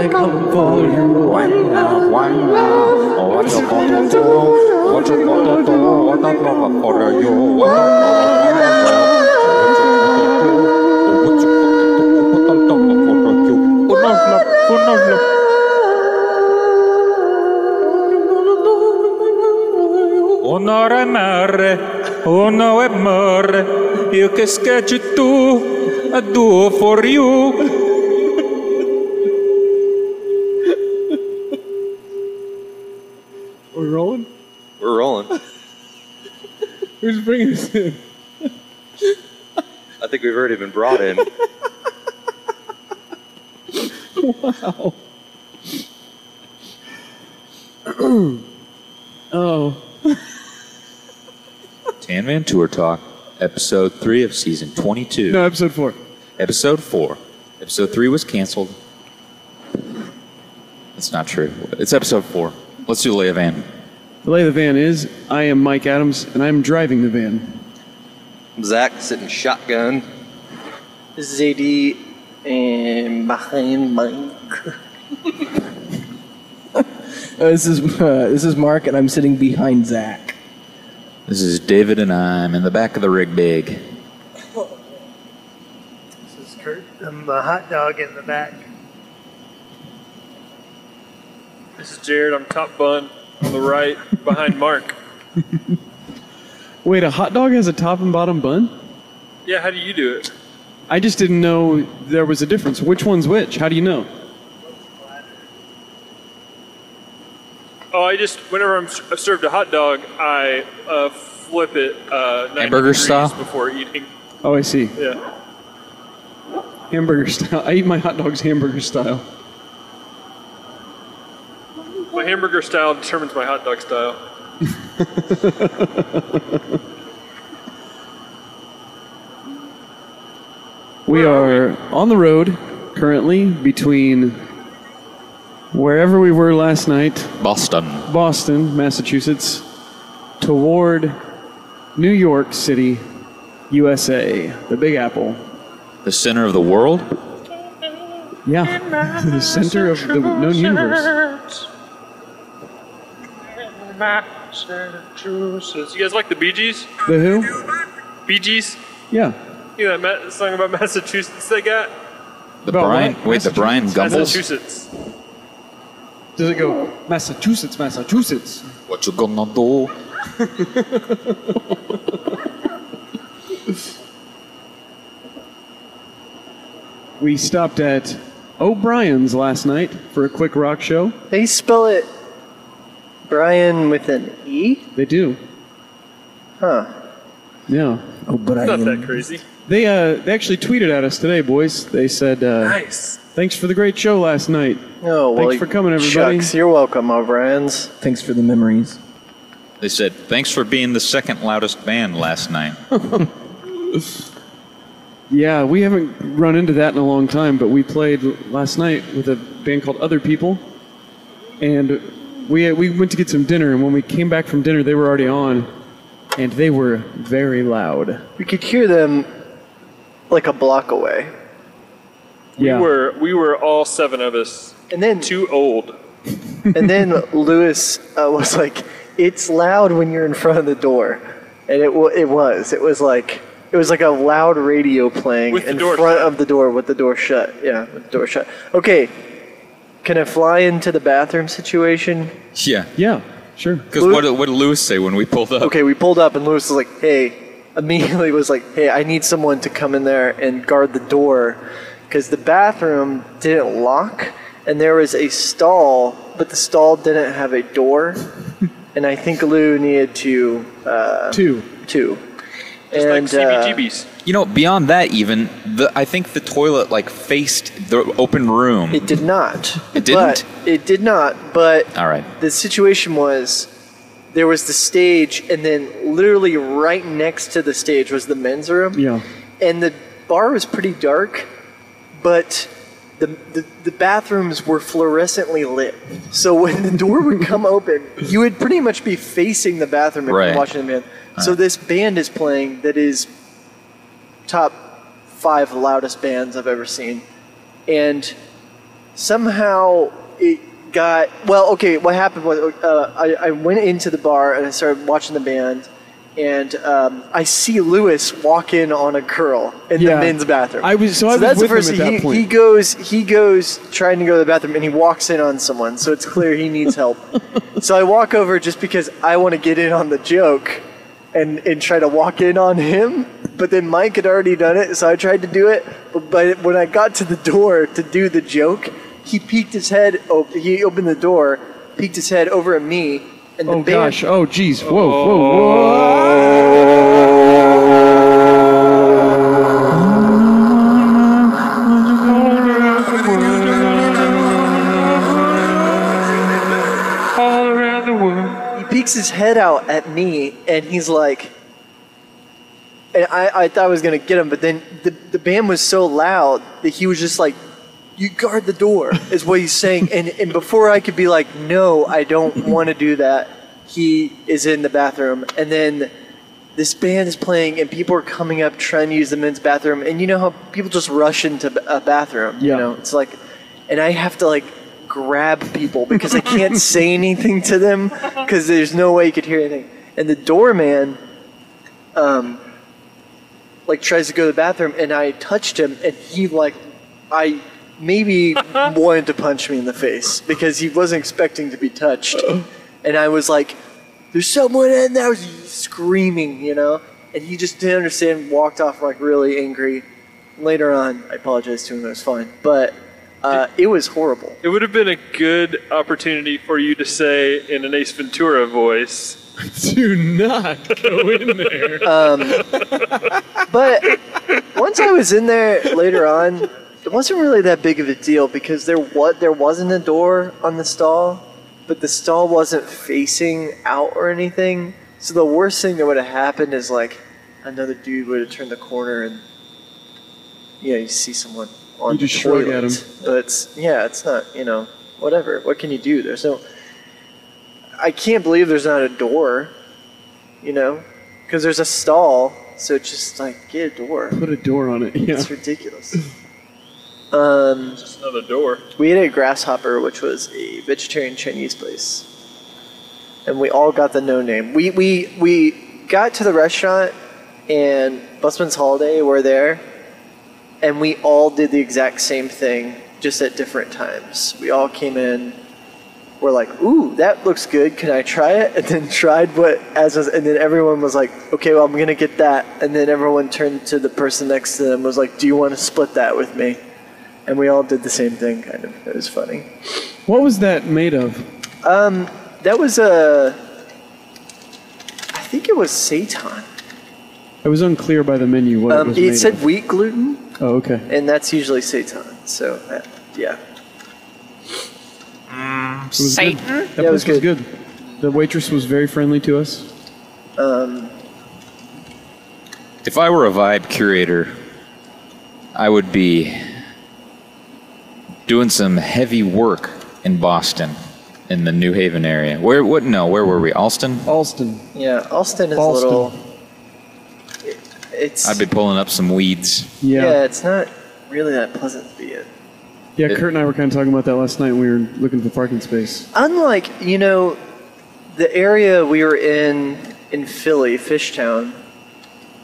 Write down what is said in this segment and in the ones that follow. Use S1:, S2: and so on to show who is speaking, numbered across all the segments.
S1: for you. One love, one love. What you gonna do? What you gonna do? What I love for you. One love, one love. What you gonna do? What I love for you. One love, one love.
S2: Un'ora in mare, un'ora in mare, io che schiacci tu, a duo for you.
S3: We're rolling.
S4: We're rolling.
S3: Who's bringing us in?
S4: I think we've already been brought in.
S3: Oh,
S2: Tan Man Tour Talk, episode three of season 22.
S3: no, episode four.
S2: Episode four. Episode three was canceled. That's not true. It's episode four. Let's do Leia Van.
S3: The lay of the van is I am Mike Adams, and I'm driving the van.
S4: Zach sitting shotgun.
S5: ZD and behind Mike.
S6: this is uh, this is Mark, and I'm sitting behind Zach.
S2: This is David and I'm in the back of the rig big.
S7: This is Kurt. I'm the hot dog in the back.
S8: This is Jared. I'm top bun on the right behind Mark.
S3: Wait, a hot dog has a top and bottom bun?
S8: Yeah, how do you do it?
S3: I just didn't know there was a difference. Which one's which? How do you know?
S8: Oh, I just whenever I'm, I've served a hot dog, I uh, flip it uh, 90
S2: Hamburger
S8: degrees
S2: style?
S8: before eating.
S3: Oh, I see.
S8: Yeah,
S3: Hamburger style. I eat my hot dogs hamburger style.
S8: my hamburger style determines my hot dog style.
S3: We are on the road currently between wherever we were last night,
S2: Boston.
S3: Boston, Massachusetts, toward New York City, USA, the Big Apple.
S2: The center of the world?
S3: Yeah, the center of the known universe.
S8: Massachusetts. You guys like the Bee Gees?
S3: The who?
S8: Bee Gees?
S3: Yeah.
S8: You know that ma- song about Massachusetts they got?
S2: The
S3: About
S2: Brian
S3: what?
S2: wait, the Brian Gumbles?
S8: Massachusetts.
S3: Does it go Massachusetts, Massachusetts?
S2: What you gonna do?
S3: We stopped at O'Brien's last night for a quick rock show.
S5: They spell it Brian with an E?
S3: They do.
S5: Huh.
S3: Yeah.
S6: Oh, but
S8: Not
S6: I
S8: that crazy.
S3: They uh, they actually tweeted at us today, boys. They said, uh,
S8: Nice.
S3: "Thanks for the great show last night."
S5: Oh, well,
S3: Thanks for coming, everybody.
S5: Shucks, you're welcome, O'Brien's.
S6: thanks for the memories.
S2: They said, thanks for being the second loudest band last night.
S3: Yeah, we haven't run into that in a long time, but we played last night with a band called Other People, and we we went to get some dinner, and when we came back from dinner, they were already on, and they were very loud.
S5: We could hear them like a block away.
S3: yeah,
S8: We were we were all seven of us
S5: And then
S8: too old.
S5: and then Lewis uh, was like, "It's loud when you're in front of the door," and it wa it was. It was like it was like a loud radio playing
S8: With the
S5: in
S8: door
S5: front of the door with the door shut. Yeah, with the door shut. Okay, can I fly into the bathroom situation?
S2: yeah.
S3: yeah, sure.
S2: Because what, did- what did Lewis say when we pulled up?
S5: Okay, we pulled up and Lewis was like, "Hey," immediately was like, "Hey, I need someone to come in there and guard the door," because the bathroom didn't lock and there was a stall, but the stall didn't have a door, and I think Lou needed to uh,
S3: Two.
S5: two.
S8: Just like
S5: and uh,
S8: CBGBs.
S2: You know, beyond that, even the I think the toilet like faced the open room.
S5: it did not.
S2: It didn't?
S5: But it did not. But
S2: All right.
S5: the situation was there was the stage and then literally right next to the stage was the men's room
S3: Yeah.
S5: and the bar was pretty dark but the, the, the bathrooms were fluorescently lit so when the door would come open you would pretty much be facing the bathroom if
S2: Right.
S5: you're watching the band so this band is playing that is top five loudest bands i've ever seen and somehow it got well. Okay, what happened was uh, I, I went into the bar and I started watching the band, and um, I see Lewis walk in on a girl in
S3: Yeah.
S5: the men's bathroom.
S3: I was- so I was
S5: that's
S3: with
S5: the
S3: him
S5: first
S3: at
S5: thing.
S3: that
S5: he,
S3: point.
S5: he goes he goes trying to go to the bathroom and he walks in on someone, so it's clear he needs help. so I walk over just because I want to get in on the joke, and and try to walk in on him. But then Mike had already done it, so I tried to do it. But, but when I got to the door to do the joke, he peeked his head. Op- he opened the door, peeked his head over at me, and the
S3: Oh
S5: band
S3: gosh. Oh geez. Whoa. Whoa. Whoa.
S9: All around the world.
S5: he peeks his head out at me and he's like and I, I thought I was gonna get him, but then the, the band was so loud that he was just like, You guard the door is what he's saying and, and before I could be like, No, I don't wanna do that, he is in the bathroom and then this band is playing and people are coming up trying to use the men's bathroom and you know how people just rush into b- a bathroom
S3: Yeah.
S5: you know it's like and i have to like grab people because i can't say anything to them because there's no way you could hear anything and the doorman um like tries to go to the bathroom and i touched him and he like i maybe wanted to punch me in the face because he wasn't expecting to be touched and i was like there's someone in there screaming, you know? And he just didn't understand, walked off like really angry. Later on, I apologized to him, it was fine. But uh, it was horrible.
S8: It would have been a good opportunity for you to say in an Ace Ventura voice.
S3: Do not go in there.
S5: But once I was in there later on, it wasn't really that big of a deal because there was, there wasn't a door on the stall, but the stall wasn't facing out or anything. So the worst thing that would have happened is like another dude would have turned the corner and yeah, you see someone on
S3: You
S5: the
S3: just shrug at
S5: toilet.
S3: him.
S5: But it's yeah, it's not you know whatever. What can you do? There's no. I can't believe there's not a door, you know, because there's a stall. So just like get a door.
S3: Put a door on it. Yeah.
S5: It's ridiculous. Um,
S8: Just another door.
S5: we ate at Grasshopper, which was a vegetarian Chinese place, and we all got the no name. We we we got to the restaurant, and Busman's Holiday were there, and we all did the exact same thing, just at different times. We all came in. We're like, ooh, that looks good. Can I try it? And then tried what as was, and then everyone was like, okay, well, I'm gonna get that. And then everyone turned to the person next to them and was like, do you want to split that with me? and we all did the same thing kind of it was funny
S3: What was that made of?
S5: um, that was a i think it was seitan
S3: I was unclear by the menu what it
S5: um,
S3: was
S5: it
S3: made
S5: said
S3: of.
S5: wheat gluten
S3: Oh, okay.
S5: and that's usually seitan so uh, yeah
S3: It was good. That
S5: Yeah, it
S3: place
S5: was
S3: was good. The waitress was very friendly to us.
S5: um,
S2: If I were a vibe curator, I would be
S10: doing some heavy work in Boston, in the New Haven area. Where? What? No, where were we? Alston.
S6: Alston.
S5: yeah alston is
S6: Alston.
S5: a little it- it's
S10: I've been pulling up some weeds.
S5: yeah.
S3: Yeah.
S5: it's not really that pleasant to be in
S3: Yeah, Kurt and I were kind of talking about that last night. when We were looking for parking space.
S5: unlike you know the area we were in in philly fishtown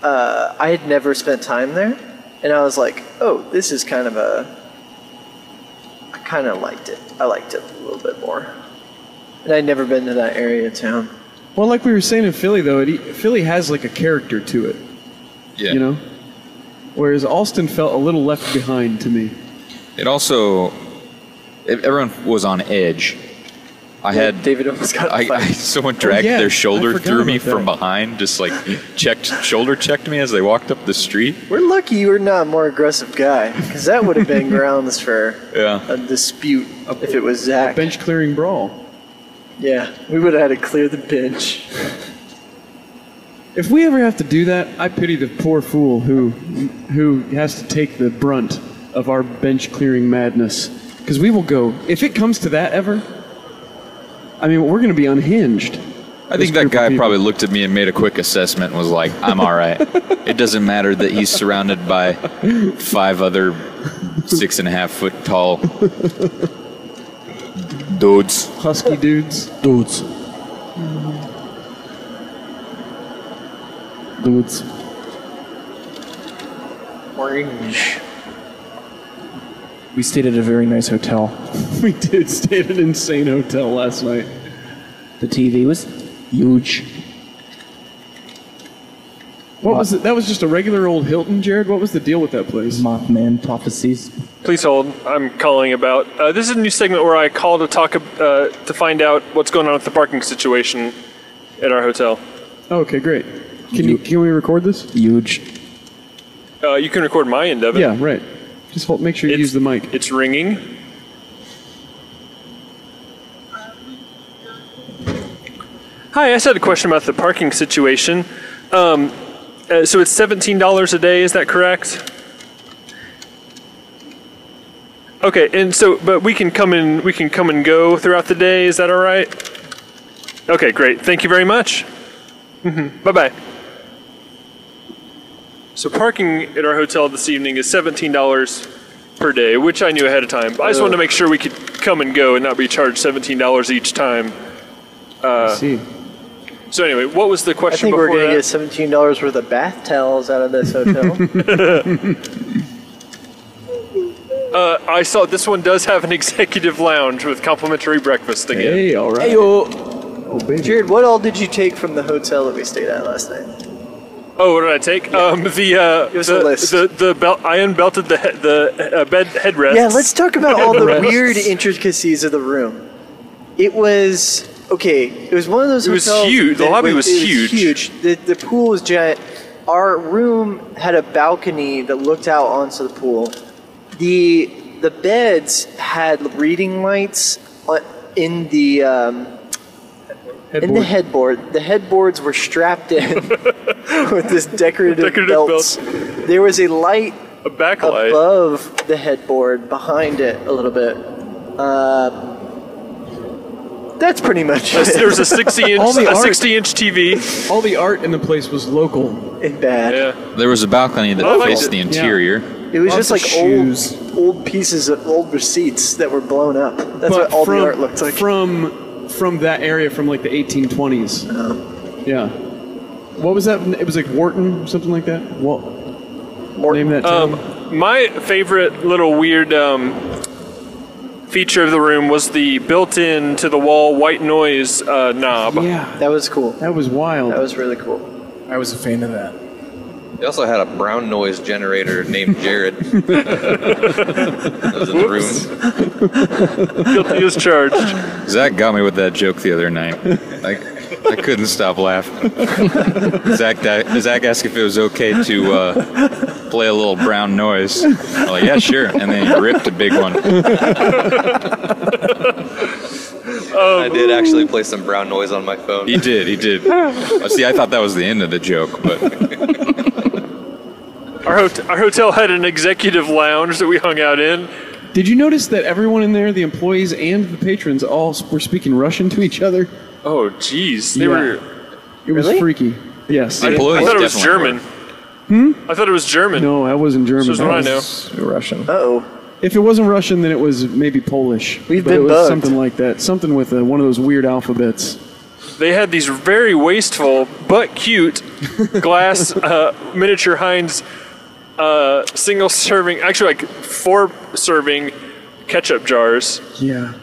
S5: uh, i had never spent time there and i was like oh this is kind of a i kind of liked it i liked it a little bit more and i'd never been to that area of town
S3: Well, like we were saying in Philly, though, it, e, Philly has like a character to it.
S10: Yeah.
S3: You know? Whereas Alston felt a little left behind to me.
S10: It also, ev- everyone was on edge. I had
S5: david almost got
S10: I,
S5: in a
S10: I
S5: fight.
S10: someone dragged
S3: Oh, yeah.
S10: their
S3: I
S10: shoulder
S3: forgot
S10: through me
S3: about that.
S10: from behind, just like checked shoulder checked me as they walked up the street.
S5: we're lucky you were not a more aggressive guy because that would have been grounds for
S10: Yeah.
S5: a dispute if it was zach
S3: Bench clearing brawl.
S5: yeah we would have had to clear the bench
S3: If we ever have to do that, I pity the poor fool who who has to take the brunt of our bench clearing madness. Because we will go if it comes to that ever. I mean, we're going to be unhinged.
S10: I
S3: This
S10: think that
S3: group of
S10: guy
S3: people.
S10: probably looked at me and made a quick assessment and was like, I'm all right. it doesn't matter that he's surrounded by five other six and a half foot tall
S1: dudes.
S3: husky dudes.
S6: Dudes. Dudes.
S5: Orange.
S6: We stayed at a very nice hotel.
S3: We did stay at an insane hotel last night.
S6: The TV was huge.
S3: What was it? That was just a regular old Hilton, Jared. What was the deal with that place?
S6: Mothman prophecies.
S8: Please hold. I'm calling about. Uh, this is a new segment where I call to talk ab- uh, to find out what's going on with the parking situation at our hotel.
S3: Oh, Okay, great. Can you can we record this?
S6: Huge.
S8: Uh, you can record my end of it.
S3: Yeah, right. Just hold, make sure you
S8: It's-
S3: use the mic.
S8: It's ringing. Hi, I just had a question about the parking situation. Um, uh, so it's seventeen dollars a day. Is that correct? Okay, and so but we can come in. We can come and go throughout the day. Is that all right? Okay, great. Thank you very much. Bye bye. So parking at our hotel this evening is seventeen dollars per day, which I knew ahead of time. I just
S5: Uh,
S8: wanted to make sure we could come and go and not be charged seventeen dollars each time.
S3: I see.
S8: So anyway, what was the
S5: I
S8: question
S5: think we're
S8: before
S5: going to
S8: that?
S5: get $17 worth of bath towels out of this hotel.
S8: Uh, I saw this one does have an executive lounge with complimentary breakfast again.
S3: Hey, all right.
S5: Oh, Jared, what all did you take from the hotel that we stayed at last night?
S8: Oh, what did I take? Um, the uh,
S5: Give us
S8: the,
S5: a list.
S8: the the belt. I unbelted the he- the uh, bed headrest.
S5: Yeah, let's talk about all the
S8: Breakfast.
S5: weird intricacies of the room. It was okay. It was one of those.
S8: It was
S5: hotels
S8: huge. The
S5: that
S8: lobby
S5: wa-
S8: was
S5: it
S8: huge.
S5: huge. The the pool was giant. Our room had a balcony that looked out onto the pool. The the beds had reading lights on- in the um, in the
S3: Headboard.
S5: headboard. The headboards were strapped in with this decorative,
S8: Decorative
S5: belts. There was a light
S8: a backlight.
S5: above the headboard, behind it a little bit. Uh, that's pretty much it
S8: There was a sixty
S3: All
S8: inch
S3: the
S8: a
S3: art.
S8: sixty inch TV.
S3: All the art in the place was local.
S5: in bad.
S8: Yeah.
S2: There was a balcony that
S8: I like
S2: faced
S8: it.
S2: the interior.
S5: It was
S3: Lots
S5: just
S3: of
S5: like
S3: shoes.
S5: old old pieces of old receipts that were blown up. That's what all the art looked like.
S3: From from that area from like the 1820s.
S5: Uh-huh.
S3: Yeah. What was that? It was like Wharton, something like that. What
S5: More-
S3: name that town?
S8: Um, my favorite little weird um, feature of the room was the built-in to the wall white noise uh, knob.
S3: yeah,
S5: That was cool.
S3: that was wild.
S5: That was really cool.
S6: I was a fan of that.
S10: They also had a brown noise generator named Jared. that was in the room.
S8: Guilty as charged.
S2: Zach got me with that joke the other night. I, I couldn't stop laughing. Zach, di- Zach asked if it was okay to uh, play a little brown noise. I'm like, yeah, sure. And then he ripped a big one.
S10: I did actually play some brown noise on my phone.
S2: He did. He did. Uh, See, I thought that was the end of the joke, but
S8: Our, hot our hotel had an executive lounge that we hung out in.
S3: Did you notice that everyone in there, the employees and the patrons, all s- were speaking Russian to each other?
S8: Oh, jeez, they
S3: Yeah.
S8: were.
S3: It was
S5: Really?
S3: freaky. Yes.
S8: I,
S2: Employees
S8: thought it was
S2: definitely
S8: German. I thought it was German.
S3: no, I wasn't German.
S8: This is what I know.
S6: Russian.
S5: Uh oh.
S3: If it wasn't Russian, then it was maybe Polish.
S5: We've
S3: but
S5: been
S3: it was
S5: bugged.
S3: something like that. Something with uh one of those weird alphabets.
S8: They had these very wasteful but cute glass uh, miniature Heinz uh, single serving, actually like four serving ketchup jars.
S3: Yeah.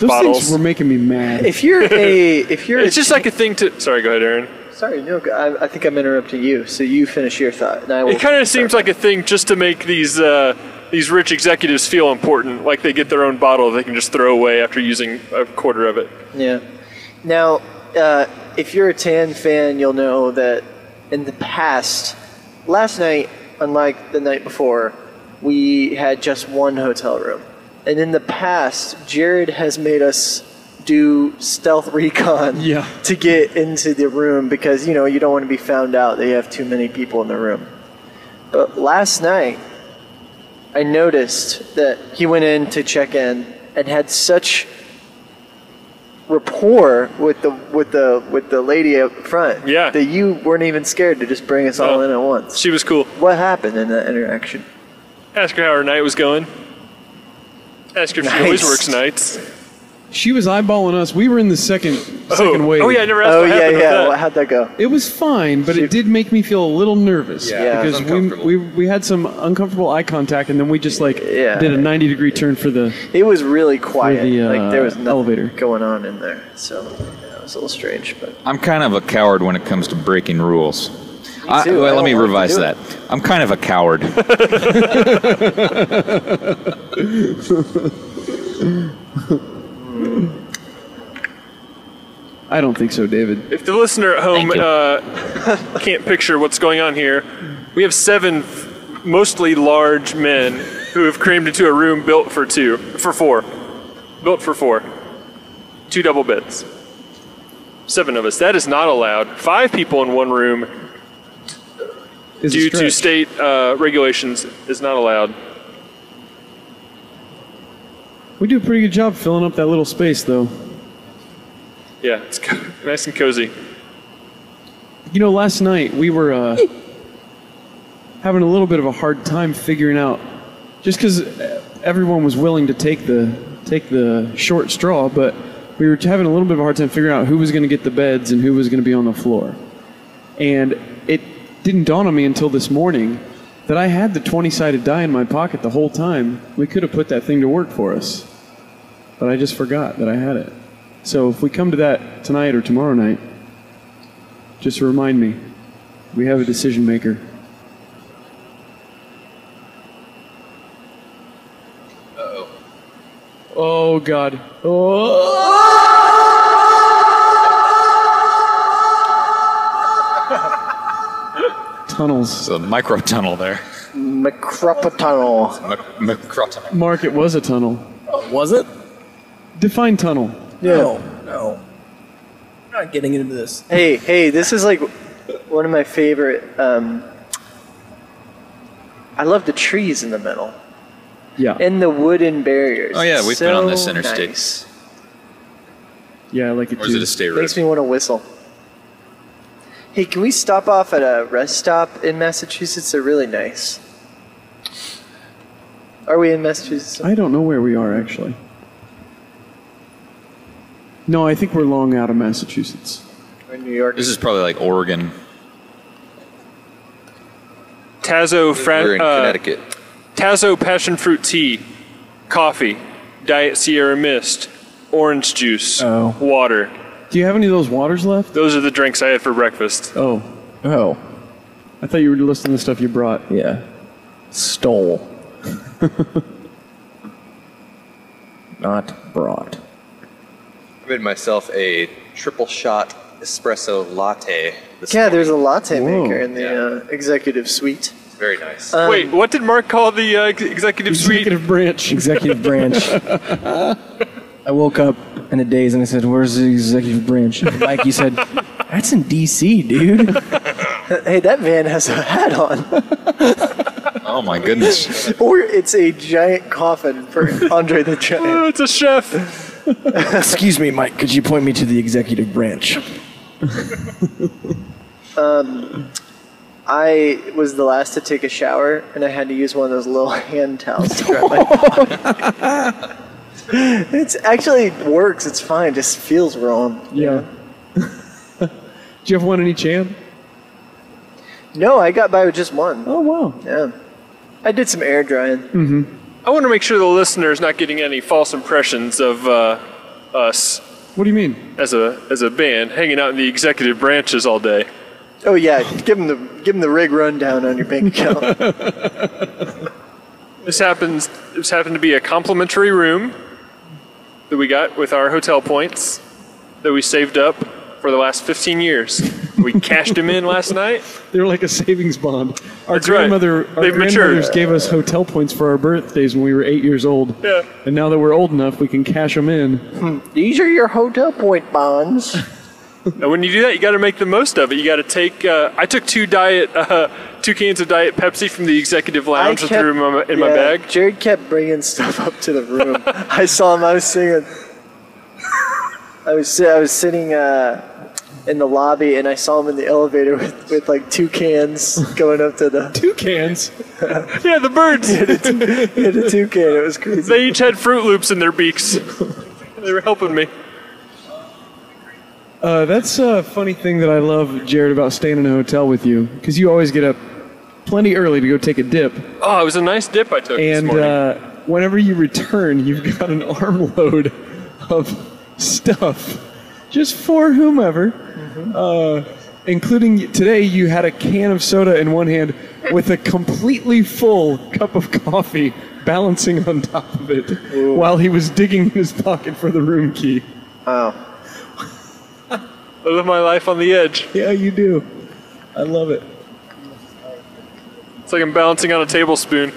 S3: Those
S8: Bottles.
S3: things were making me mad.
S5: If you're a if you're
S8: It's
S5: a,
S8: just like a thing to. Sorry, go ahead, Aaron.
S5: sorry no I, I think I'm interrupting you so you finish your thought and I will
S8: It kind of seems like a thing just to make these uh, these rich executives feel important, like they get their own bottle they can just throw away after using a quarter of it.
S5: Yeah. Now, uh, if you're a Tan fan, you'll know that in the past, last night, unlike the night before, we had just one hotel room. And in the past, Jared has made us do stealth recon
S3: Yeah.
S5: to get into the room because, you know, you don't want to be found out that you have too many people in the room. But last night, I noticed that he went in to check in and had such rapport with the with the with the lady up front.
S8: Yeah.
S5: That you weren't even scared to just bring us all
S8: No.
S5: in at once.
S8: She was cool.
S5: What happened in that interaction?
S8: Ask her how her night was going. Ask her if she always
S5: Nice.
S8: works nights.
S3: She was eyeballing us. We were in the second second
S8: oh.
S3: wave.
S8: Oh yeah, I never asked.
S5: Oh
S8: what
S5: yeah,
S8: happened with
S5: yeah.
S8: that.
S5: Well, how'd that go?
S3: It was fine, but it did make me feel a little nervous
S5: Yeah. it was
S3: because we,
S10: uncomfortable.
S3: we we had some uncomfortable eye contact, and then we just like
S5: Yeah.
S3: did a ninety degree turn for the.
S5: It was really quiet.
S3: the,
S5: like there was
S3: uh,
S5: nothing
S3: elevator.
S5: going on in there, so yeah, it was a little strange. But
S2: I'm kind of a coward when it comes to breaking rules. I,
S5: too.
S2: well,
S5: I
S2: let
S5: don't
S2: me
S5: like to
S2: revise
S5: do
S2: that.
S5: it.
S2: I'm kind of a coward.
S3: I don't think so, David.
S8: If the listener at home uh, can't picture what's going on here, we have seven mostly large men who have crammed into a room built for two, for four, built for four, two double beds. Seven of us. That is not allowed. Five people in one room,
S3: Is it
S8: due to
S3: stretch?
S8: state uh, regulations, is not allowed.
S3: we do a pretty good job filling up that little space, though.
S8: Yeah, it's co- nice and cozy.
S3: You know, last night we were uh, having a little bit of a hard time figuring out, just because everyone was willing to take the take the short straw, but we were having a little bit of a hard time figuring out who was going to get the beds and who was going to be on the floor. And it didn't dawn on me until this morning that I had the twenty sided die in my pocket the whole time. We could have put that thing to work for us, but I just forgot that I had it. So if we come to that tonight or tomorrow night. Just remind me, we have a decision maker. Uh oh. Oh God. Oh. Tunnels.
S2: It's a micro tunnel there.
S5: Macropotunnel.
S2: Mic- micro tunnel.
S3: Mark, it was a tunnel.
S6: Was it?
S3: Define tunnel.
S6: No. No. I'm not getting into this.
S5: Hey, hey, this is like one of my favorite. Um, I love the trees in the middle
S3: Yeah.
S5: and the wooden barriers.
S2: Oh, yeah,
S5: It's
S2: we've been on this
S5: so
S2: interstate.
S5: nice.
S3: yeah, I like it
S2: Or is
S3: too.
S2: it a state road?
S5: Makes me want to whistle. Hey, can we stop off at a rest stop in Massachusetts? They're really nice. Are we in Massachusetts?
S3: I don't know where we are actually. No, I think we're long out of Massachusetts.
S5: We're in New York.
S2: This is probably like Oregon.
S8: Tazo Fran-
S10: We're in
S8: uh,
S10: Connecticut.
S8: Tazo passion fruit tea, coffee, diet Sierra Mist, orange juice,
S6: Oh.
S8: water.
S3: Do you have any of those waters left?
S8: Those are the drinks I had for breakfast.
S3: Oh,
S6: Oh.
S3: I thought you were listing the stuff you brought.
S6: Yeah. Stole. Not brought.
S10: I made myself a triple shot espresso latte. This
S5: Yeah, there's a latte
S3: Whoa.
S5: maker in the uh, executive suite.
S10: is very nice.
S8: Wait, what did Mark call the uh, ex- executive suite?
S3: Executive branch.
S6: Executive branch. I woke up in a daze and I said, Where's the executive branch? And Mikey said, That's in DC, dude.
S5: Hey, that man has a hat on.
S2: Oh my goodness.
S5: or it's a giant coffin for Andre the Giant.
S8: Oh, it's a chef.
S6: Excuse me, Mike, could you point me to the executive branch?
S5: I was the last to take a shower, and I had to use one of those little hand towels to dry my It's actually works. It's fine. Just feels wrong.
S3: Yeah. Do you have one in each hand?
S5: No, I got by with just one.
S3: Oh wow. Mm.
S5: Yeah, I did some air drying.
S8: I want to make sure the listener is not getting any false impressions of uh, us
S3: What do you mean?
S8: as a as a band hanging out in the executive branches all day.
S5: Oh yeah, give him the give him the rig rundown on your bank account.
S8: This happens. This happened to be a complimentary room that we got with our hotel points that we saved up for the last 15 years. We cashed them in last night.
S3: They're like a savings bond. Our
S8: That's right.
S3: grandmother, our
S8: They've matured.
S3: grandmothers gave us hotel points for our birthdays when we were eight years old.
S8: Yeah.
S3: And now that we're old enough, we can cash them in.
S5: These are your hotel point bonds.
S8: And when you do that, you got to make the most of it. You got to take. Uh, I took two diet, uh, two cans of diet Pepsi from the executive
S5: I
S8: lounge and
S5: kept-
S8: threw them in my, in my
S5: yeah,
S8: bag.
S5: Jared kept bringing stuff up to the room. I saw him. I was singing. I was si- I was sitting uh, in the lobby and I saw him in the elevator with, with like two cans going up to the
S3: Two cans.
S8: Yeah, the birds.
S5: to the toucan. It was crazy.
S8: they each had Fruit Loops in their beaks. They were helping me.
S3: Uh, that's a funny thing that I love, Jared, about staying in a hotel with you, because you always get up plenty early to go take a dip,
S8: Oh, it was a nice dip I took this
S3: and
S8: morning.
S3: uh, whenever you return, you've got an armload of stuff just for whomever, uh, including today. You had a can of soda in one hand with a completely full cup of coffee balancing on top of it while he was digging in his pocket for the room key.
S5: Wow.
S8: I live my life on the edge.
S3: Yeah, you do. I love it.
S8: It's like I'm balancing on a tablespoon.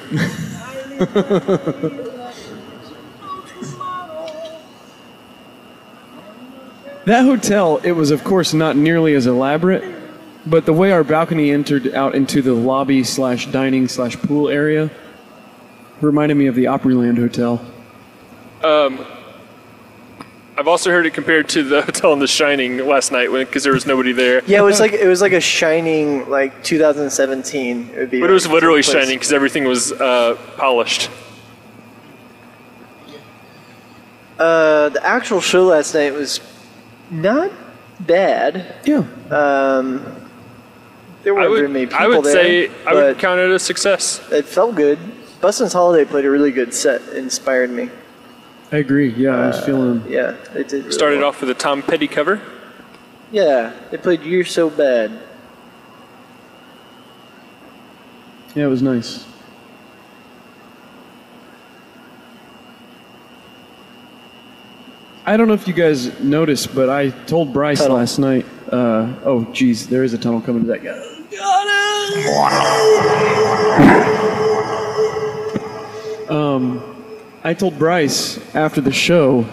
S3: That hotel, it was of course not nearly as elaborate, but the way our balcony entered out into the lobby slash dining slash pool area reminded me of the Opryland Hotel.
S8: I've also heard it compared to the hotel in The Shining last night because there was nobody there.
S5: Yeah, it was like it was like a shining like 2017. It would be
S8: But it was
S5: like,
S8: literally
S5: place.
S8: shining because everything was uh, polished.
S5: Uh, the actual show last night was not bad.
S3: Yeah.
S5: Um, there
S8: I
S5: were very many
S8: would,
S5: people
S8: I would
S5: there,
S8: say I would
S5: but
S8: count it a success.
S5: it felt good. Bustin's Holiday played a really good set. It inspired me. Uh,
S3: I agree. Yeah, I was feeling.
S5: Yeah, they did. Really
S8: Started
S5: well.
S8: off with a Tom Petty cover.
S5: Yeah, they played "You're So Bad."
S3: Yeah, it was nice. I don't know if you guys noticed, but I told Bryce
S5: Tunnel.
S3: last night. Uh, oh, geez, there is a tunnel coming to that guy. Um, I told Bryce after the show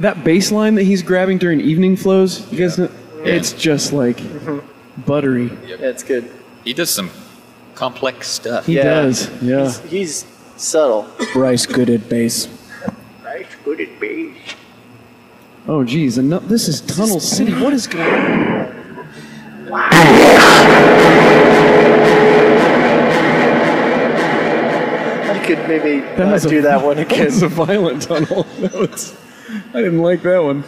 S3: that bass line that he's grabbing during evening flows, you guys know, it's just like
S5: Mm-hmm.
S3: buttery.
S5: Yeah, it's good.
S2: He does some complex stuff.
S3: He
S5: Yeah.
S3: does. Yeah.
S5: He's, he's subtle.
S6: Bryce good at bass.
S5: Nice, good at beige.
S3: oh, geez. And no, this is Tunnel City. What is going on?
S5: You could maybe
S3: That
S5: not
S3: was a-
S5: do that one again.
S3: It's a violent tunnel. That was- I didn't like that one.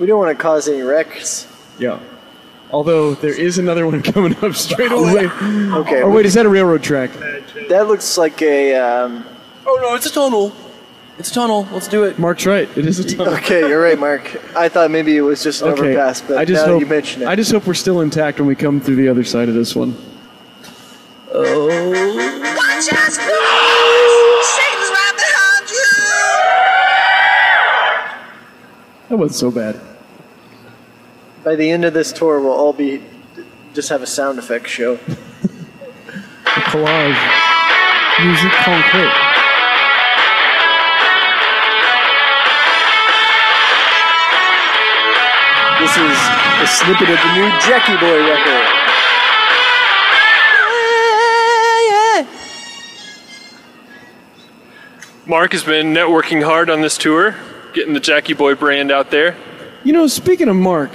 S5: We don't want to cause any wrecks.
S3: Yeah. Although there is another one coming up straight
S5: Oh,
S3: away.
S5: Okay.
S3: Or wait, is that a railroad track?
S5: That looks like a. Um,
S6: Oh no, it's a tunnel. It's a tunnel. Let's do it.
S3: Mark's right. It is a tunnel.
S5: okay, you're right, Mark. I thought maybe it was just an overpass, but
S3: I just
S5: now that
S3: hope,
S5: you mention it.
S3: I just hope we're still intact when we come through the other side of this one.
S11: Watch out, Satan's right behind you.
S3: That wasn't so bad.
S5: By the end of this tour, we'll all be just have a sound effects show.
S3: Collage. Music concrete.
S5: This is a snippet of the new Jackie Boy record.
S8: Mark has been networking hard on this tour, getting the Jackie Boy brand out there.
S3: You know, speaking of Mark,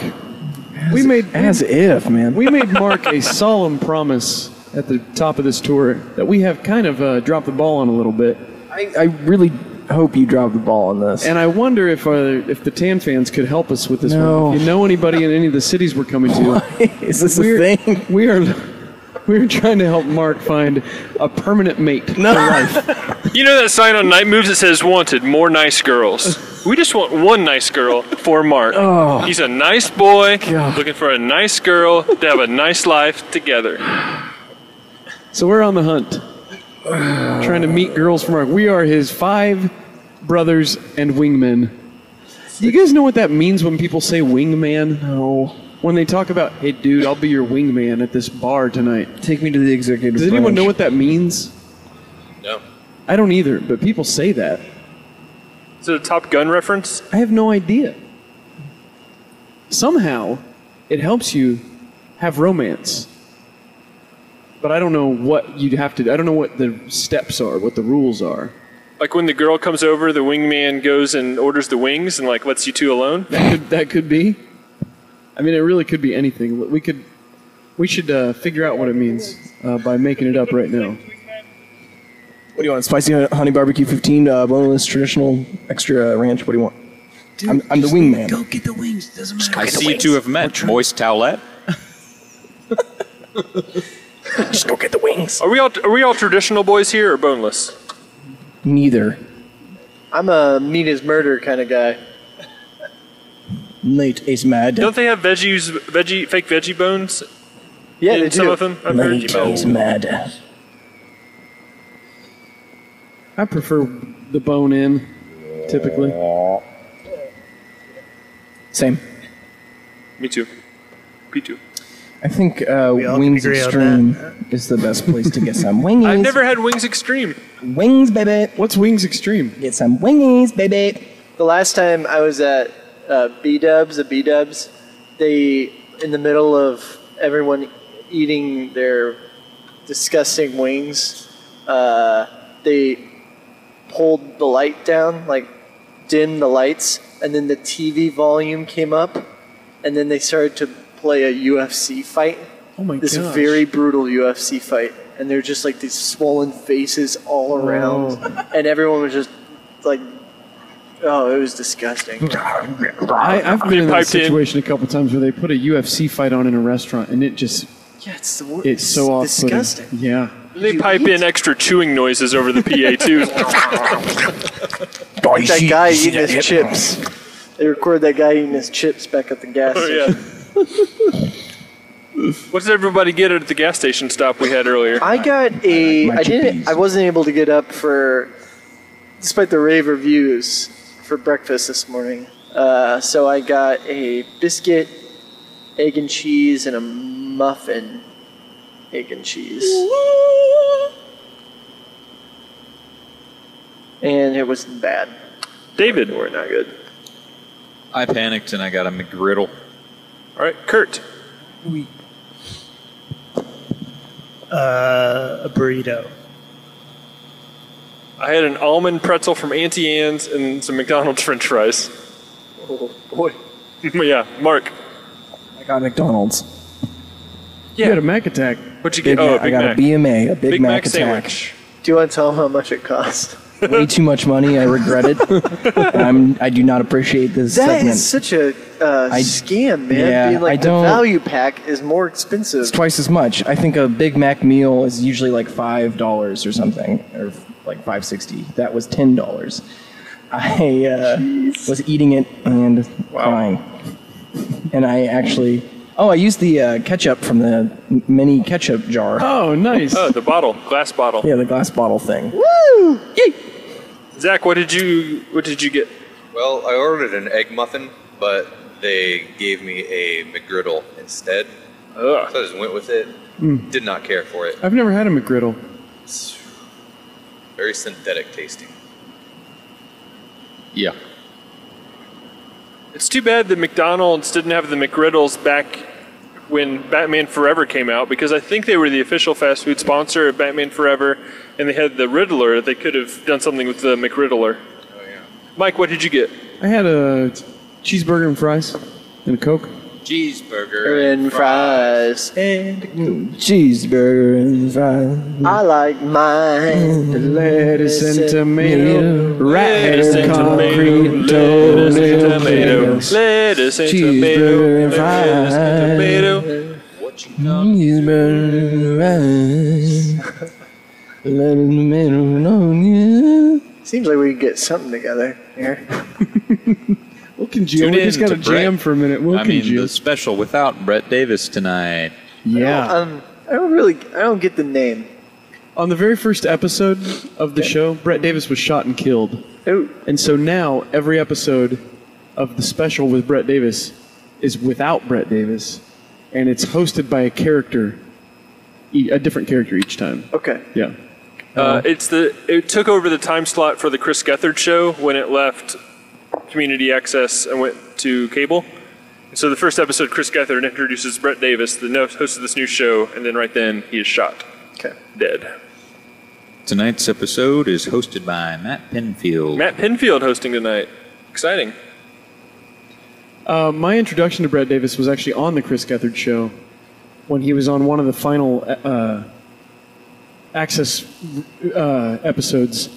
S3: we made
S6: As if, man.
S3: we made Mark a solemn promise at the top of this tour that we have kind of uh, dropped the ball on a little bit,
S6: I, I really hope you drop the ball on this.
S3: and I wonder if uh, if the Tan fans could help us with this
S6: No.
S3: one. If you know anybody in any of the cities we're coming to?
S6: Is this
S3: we're-
S6: a thing?
S3: We are. We're trying to help Mark find a permanent mate for life.
S8: You know that sign on Night Moves that says "Wanted more nice girls." We just want one nice girl for Mark. He's a nice boy
S6: God.
S8: looking for a nice girl to have a nice life together.
S3: So we're on the hunt, trying to meet girls from Mark. We are his five brothers and wingmen. Do you guys know what that means when people say wingman? No. When they talk about, hey, dude, I'll be your wingman at this bar tonight.
S6: Take me to the executive.
S3: Does anyone know what that means?
S10: No.
S3: I don't either, but people say that.
S8: Is it a Top Gun reference?
S3: I have no idea. Somehow, it helps you have romance. But I don't know what you'd have to I don't know what the steps are, what the rules are.
S8: Like when the girl comes over, the wingman goes and orders the wings and like lets you two alone.
S3: That could, that could be. I mean, it really could be anything. We could, we should uh, figure out what it means uh, by making it up right now.
S6: What do you want? Spicy honey barbecue 15, uh, boneless traditional extra uh, ranch. What do you want? I'm, I'm the wingman. Go get the wings. Doesn't matter.
S2: I see you two have met. Moist towelette.
S6: Just go get the wings.
S8: Are we all are we all traditional boys here or boneless?
S6: Neither.
S5: I'm a meat is murder kind of guy.
S6: Nate is mad.
S8: Don't they have veggies, veggie fake veggie bones?
S5: Yeah,
S8: in
S5: they
S8: some
S5: do.
S8: of them. I've heard
S6: Nate
S8: you-
S6: is mad.
S3: I prefer the bone in, typically.
S6: Same.
S8: Me too. Me too.
S6: I think uh,
S7: all
S6: Wings
S7: can agree on
S6: Extreme is the best place to get some wingies.
S8: I've never had wings extreme.
S6: Wings, baby.
S3: What's Wings Extreme?
S6: Get some wingies, baby.
S5: The last time I was at uh, B Dubs, the B Dubs, they in the middle of everyone eating their disgusting wings, uh, they pulled the light down, like dimmed the lights, and then the TV volume came up, and then they started to play a UFC fight.
S3: Oh my
S5: This
S3: gosh.
S5: very brutal UFC fight, and they're just like these swollen faces all around, and everyone was just like Oh, it was disgusting.
S3: I, I've been in that
S8: piped in.
S3: situation a couple times where they put a UFC fight on in a restaurant, and it just
S5: Yeah, it's the worst.
S3: it's so off.
S5: Disgusting.
S3: Yeah.
S8: They pipe in extra chewing noises over the PA too.
S5: Like that guy eating his chips. They record that guy eating his chips back at the gas
S8: oh,
S5: station.
S8: yeah. What did everybody get at the gas station stop we had earlier?
S5: I got a.
S6: Uh, My
S5: I didn't.
S6: chickpeas.
S5: I wasn't able to get up for, despite the rave reviews for breakfast this morning. Uh, so I got a biscuit, egg and cheese, and a muffin, egg and cheese. And it was bad.
S8: David.
S5: We're not good.
S2: I panicked and I got a McGriddle.
S8: All right, Kurt.
S7: Uh, a burrito.
S8: I had an almond pretzel from Auntie Anne's and some McDonald's French fries.
S5: Oh boy.
S8: yeah, Mark.
S6: I got McDonald's.
S3: You had a Mac attack.
S8: What'd you
S6: Big
S8: get? Oh, a
S6: Mac. I
S8: Big
S6: got
S8: Mac.
S6: a BMA, a Big,
S8: Big Mac,
S6: attack.
S8: sandwich.
S5: Do you want to tell him how much it cost?
S6: Way too much money. I regret it. I'm, I do not appreciate this
S5: That
S6: segment.
S5: is such a uh,
S6: I-
S5: scam, man.
S6: yeah,
S5: Being like
S6: I don't-
S5: the value pack is more expensive.
S6: It's twice as much. I think a Big Mac meal is usually like five dollars or something, or like five sixty. That was ten dollars. I uh, was eating it and crying, and I actually oh I used the uh, ketchup from the m- mini ketchup jar.
S3: Oh, nice.
S8: Oh, the bottle, glass bottle.
S6: Yeah, the glass bottle thing.
S8: Zach, what did you what did you get?
S10: Well, I ordered an egg muffin, but they gave me a McGriddle instead.
S8: Ugh.
S10: So I just went with it. Did not care for it.
S3: I've never had a McGriddle.
S10: Very synthetic tasting.
S2: Yeah.
S8: It's too bad that McDonald's didn't have the McGriddles back when Batman Forever came out because I think they were the official fast food sponsor of Batman Forever, and they had the Riddler. They could have done something with the McRiddler. Mike, what did you get?
S3: I had a cheeseburger and fries and a Coke.
S2: Cheeseburger.
S5: and fries.
S6: Cheeseburger and fries.
S5: I like mine.
S3: Lettuce and tomato.
S8: Lettuce and
S3: concrete
S8: tomato. Lettuce
S3: dough,
S8: and tomato.
S3: potatoes.
S8: Lettuce and tomato.
S6: Cheeseburger and
S8: Lettuce and
S6: fries.
S8: tomato.
S6: Cheeseburger and fries. Let it know you.
S5: Seems like we can get something together here.
S3: We'll congeal.
S2: Tune
S3: We
S2: in
S3: just got to
S2: to Brett.
S3: jam for a minute. We'll
S2: I mean,
S3: congeal.
S2: the special without Brett Davis tonight.
S3: Yeah.
S5: Um, I don't really. I don't get the name.
S3: On the very first episode of the show, Brett Davis was shot and killed.
S5: Oh,
S3: And so now every episode of the special with Brett Davis is without Brett Davis, and it's hosted by a character, e- a different character each time.
S5: okay.
S3: Yeah.
S8: Uh, it's the it took over the time slot for the Chris Gethard show when it left community access and went to cable. So the first episode, Chris Gethard introduces Brett Davis, the no- host of this new show, and then right then he is shot
S5: Okay.
S8: dead.
S2: Tonight's episode is hosted by Matt Penfield.
S8: Matt Pinfield hosting tonight. Exciting.
S3: Uh, my introduction to Brett Davis was actually on the Chris Gethard show when he was on one of the final uh, Access uh, episodes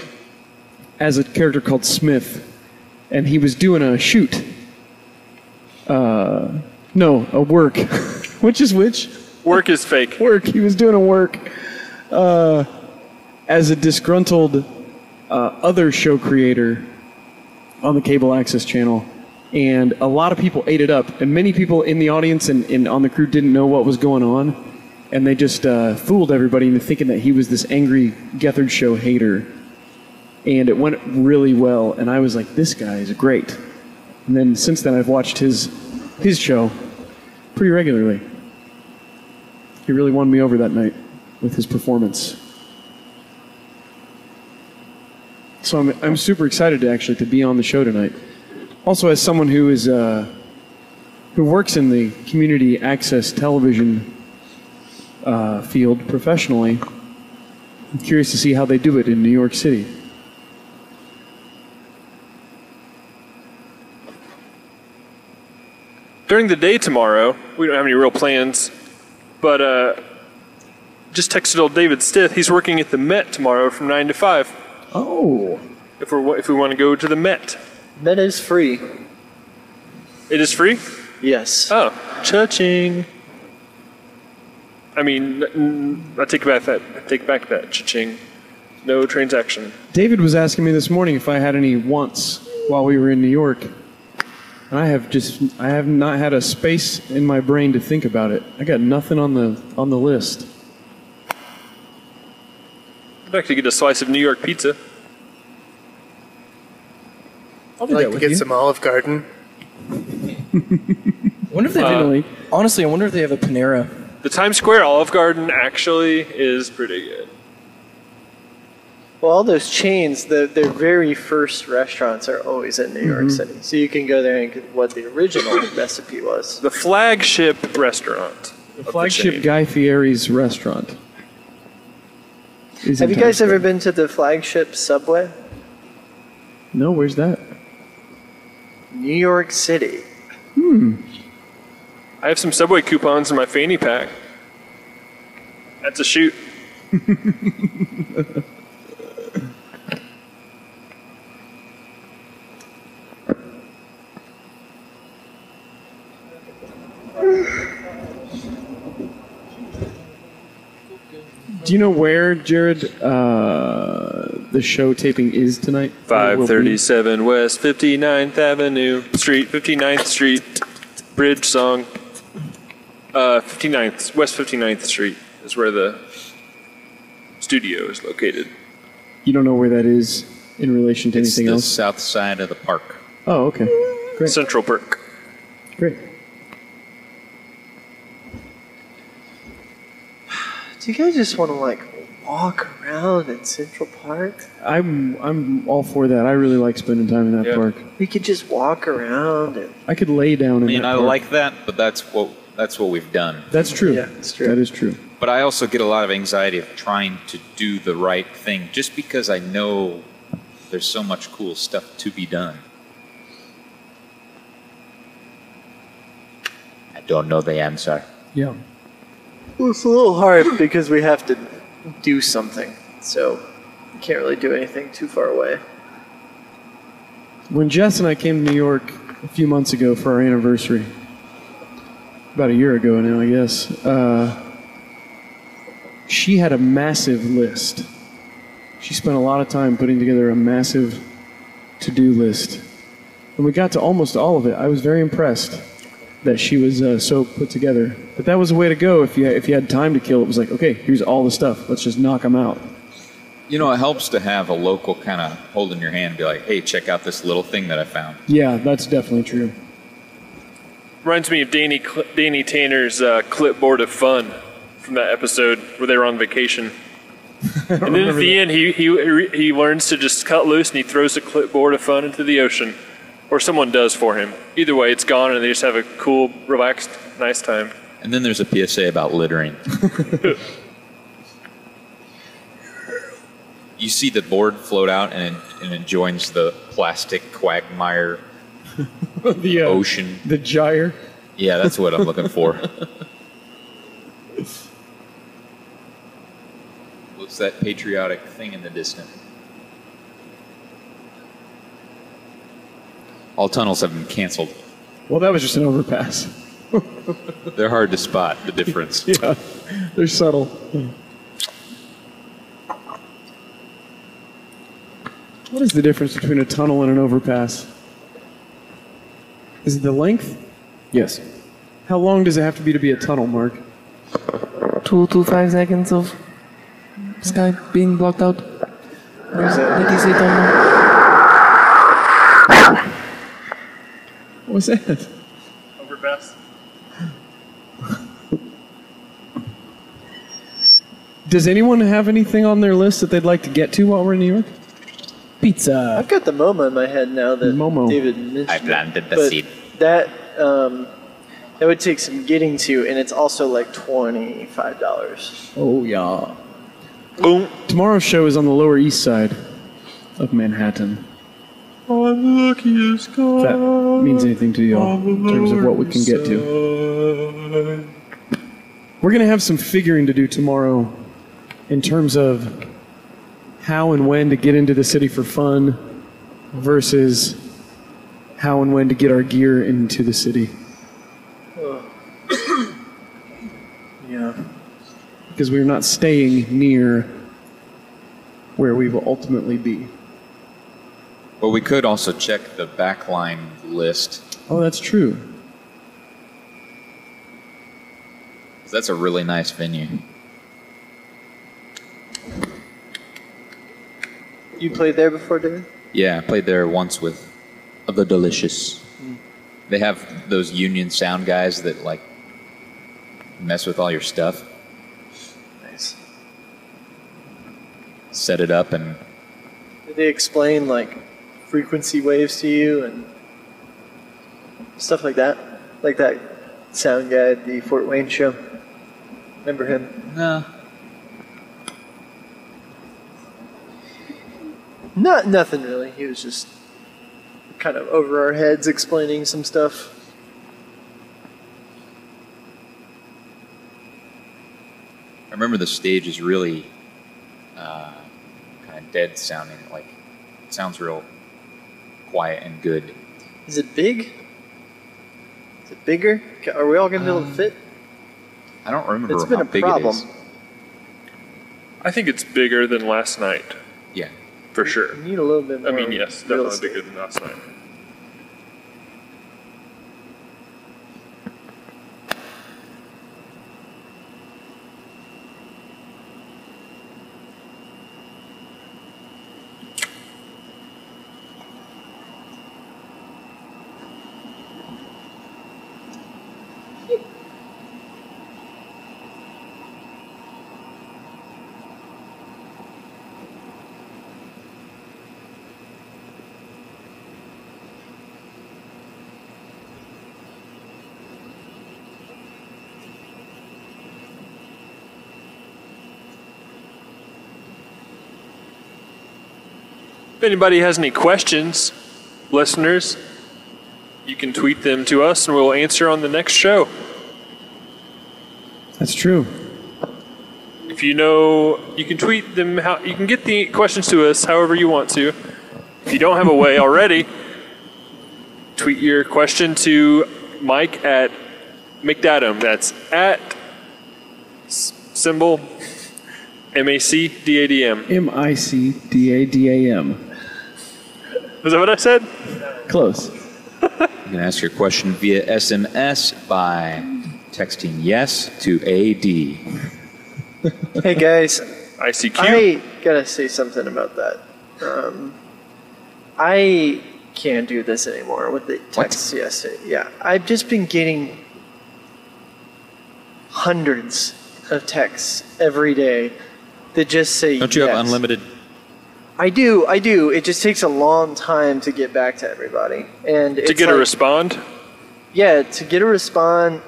S3: as a character called Smith, and he was doing a shoot. Uh, no, a work. which is which?
S8: Work is fake.
S3: work. He was doing a work uh, as a disgruntled uh, other show creator on the cable access channel. And a lot of people ate it up. And many people in the audience and, and on the crew didn't know what was going on. And they just uh, fooled everybody into thinking that he was this angry Gethard show hater. And it went really well. And I was like, this guy is great. And then since then, I've watched his, his show pretty regularly. He really won me over that night with his performance. So I'm, I'm super excited to actually to be on the show tonight. Also, as someone who is uh, who works in the community access television uh, field professionally, I'm curious to see how they do it in New York City.
S8: During the day tomorrow, we don't have any real plans, but uh, just texted old David Stith. He's working at the Met tomorrow from nine to five.
S6: Oh,
S8: If we are if we want to go to the Met,
S5: Met is free.
S8: it is free.
S5: Yes.
S8: Oh, cha-ching. I mean, n- I take back that. I take back that cha-ching. No transaction.
S3: David was asking me this morning if I had any wants while we were in New York. And I have just I have not had a space in my brain to think about it. I got nothing on the on the list.
S8: I'd like to get a slice of New York pizza.
S6: I'll do
S7: Like
S6: that
S7: to
S6: with
S7: get
S6: you.
S7: some Olive Garden.
S6: I wonder if they
S3: Finally.
S6: honestly. I wonder if they have a Panera.
S8: Uh, The Times Square Olive Garden actually is pretty good.
S5: Well, all those chains, the, their very first restaurants are always in New York
S3: Mm-hmm.
S5: City. So you can go there and get what the original recipe was.
S8: The flagship restaurant.
S3: The flagship Guy Fieri's restaurant. is
S5: Have
S3: in
S5: you guys
S3: Times
S5: ever been to the flagship subway?
S3: Square. No, where's that?
S5: New York City.
S8: I have some Subway coupons in my fanny pack. That's a shoot.
S3: Do you know where Jared uh, the show taping is tonight? Where it will be?
S8: 537 West 59th Avenue Street, 59th Street, Bridge Song. Uh, 59th, West 59th Street is where the studio is located.
S3: You don't know where that is in relation to
S2: It's
S3: anything
S2: the
S3: else.
S2: south side of the park.
S3: Oh, okay. Great.
S8: Central Perk.
S3: Great.
S5: Do you guys just want to like walk around in Central Park?
S3: I'm I'm all for that. I really like spending time in that
S8: Yeah.
S3: park.
S5: We could just walk around and
S3: I could lay down in
S2: I mean,
S3: that
S2: I
S3: park.
S2: like that, but that's what that's what we've done.
S3: That's true.
S5: Yeah, it's true.
S3: That is true.
S2: But I also get a lot of anxiety of trying to do the right thing, just because I know there's so much cool stuff to be done. I don't know the answer.
S3: Yeah.
S5: Well, it's a little hard because we have to do something. So you can't really do anything too far away.
S3: When Jess and I came to New York a few months ago for our anniversary, about a year ago now, I guess, uh, she had a massive list. She spent a lot of time putting together a massive to do list. When we got to almost all of it, I was very impressed that she was uh, so put together. But that was a way to go if you, if you had time to kill. It was like, okay, here's all the stuff. Let's just knock them out.
S2: You know, it helps to have a local kind of holding your hand, and be like, "Hey, check out this little thing that I found."
S3: Yeah, that's definitely true.
S8: Reminds me of Danny, Cl- Danny Tanner's uh, clipboard of fun from that episode where they were on vacation. and then at the end, he, he, re- he learns to just cut loose and he throws a clipboard of fun into the ocean. Or someone does for him. Either way, it's gone and they just have a cool, relaxed, nice time.
S2: And then there's a PSA about littering. you see the board float out and, and it joins the plastic quagmire
S3: the uh,
S2: ocean.
S3: the gyre.
S2: Yeah, that's what I'm looking for. It's that patriotic thing in the distance. All tunnels have been canceled.
S3: Well, that was just an overpass.
S2: They're hard to spot the difference.
S3: Yeah, they're subtle. What is the difference between a tunnel and an overpass? Is it the length?
S6: Yes.
S3: How long does it have to be to be a tunnel, Mark?
S12: Two to five seconds of sky being blocked out. That is a tunnel.
S3: What was that?
S8: Overpass.
S3: Does anyone have anything on their list that they'd like to get to while we're in New York?
S6: Pizza.
S5: I've got the MoMA in my head now that
S3: Momo.
S5: David mentioned.
S2: I planted the
S5: but
S2: seed.
S5: That um, that would take some getting to, and it's also like twenty five dollars.
S6: Oh yeah.
S8: Boom.
S3: Tomorrow's show is on the Lower East Side of Manhattan. If that means anything to you all in terms of what we can get to. We're going to have some figuring to do tomorrow in terms of how and when to get into the city for fun versus how and when to get our gear into the city.
S5: Yeah.
S3: because we're not staying near where we will ultimately be.
S2: But we could also check the backline list.
S3: Oh, that's true.
S2: 'cause That's a really nice venue.
S5: You played there before, David?
S2: Yeah, I played there once with the Delicious. They have those union sound guys that like mess with all your stuff,
S5: Nice.
S2: set it up, and
S5: Did they explain like frequency waves to you and stuff like that? Like that sound guy at the Fort Wayne show. Remember him?
S2: no,
S5: Not nothing really. He was just kind of over our heads explaining some stuff.
S2: I remember the stage is really uh, kind of dead sounding. Like it sounds real quiet and good.
S5: Is it big? Is it bigger? Ca- Are we all gonna be able
S8: Um,
S5: to fit?
S2: I don't remember
S5: It's
S2: how
S5: been a
S2: big
S5: problem.
S2: it is.
S8: I think it's bigger than last night,
S2: Yeah,
S8: for sure.
S5: We need a little bit more.
S8: I mean, yes,
S5: real
S8: definitely
S5: estate.
S8: bigger than last night. If anybody has any questions, listeners, you can tweet them to us and we'll answer on the next show.
S3: That's true.
S8: If you know, you can tweet them how you can get the questions to us however you want to. If you don't have a way already, tweet your question to Mike at McDadam. That's at s- symbol M A C D A D M.
S3: M I C D A D A M.
S8: Is that what I said?
S3: Close.
S2: you can ask your question via SMS by texting yes to AD.
S5: Hey guys,
S8: ICQ.
S5: I gotta say something about that. Um, I can't do this anymore with the text. Yes, yeah. I've just been getting hundreds of texts every day that just say.
S2: Don't you have
S5: yes.
S2: unlimited?
S5: I do, I do. It just takes a long time to get back to everybody, and
S8: to
S5: it's
S8: get a
S5: like-
S8: respond.
S5: Yeah, to get a respond.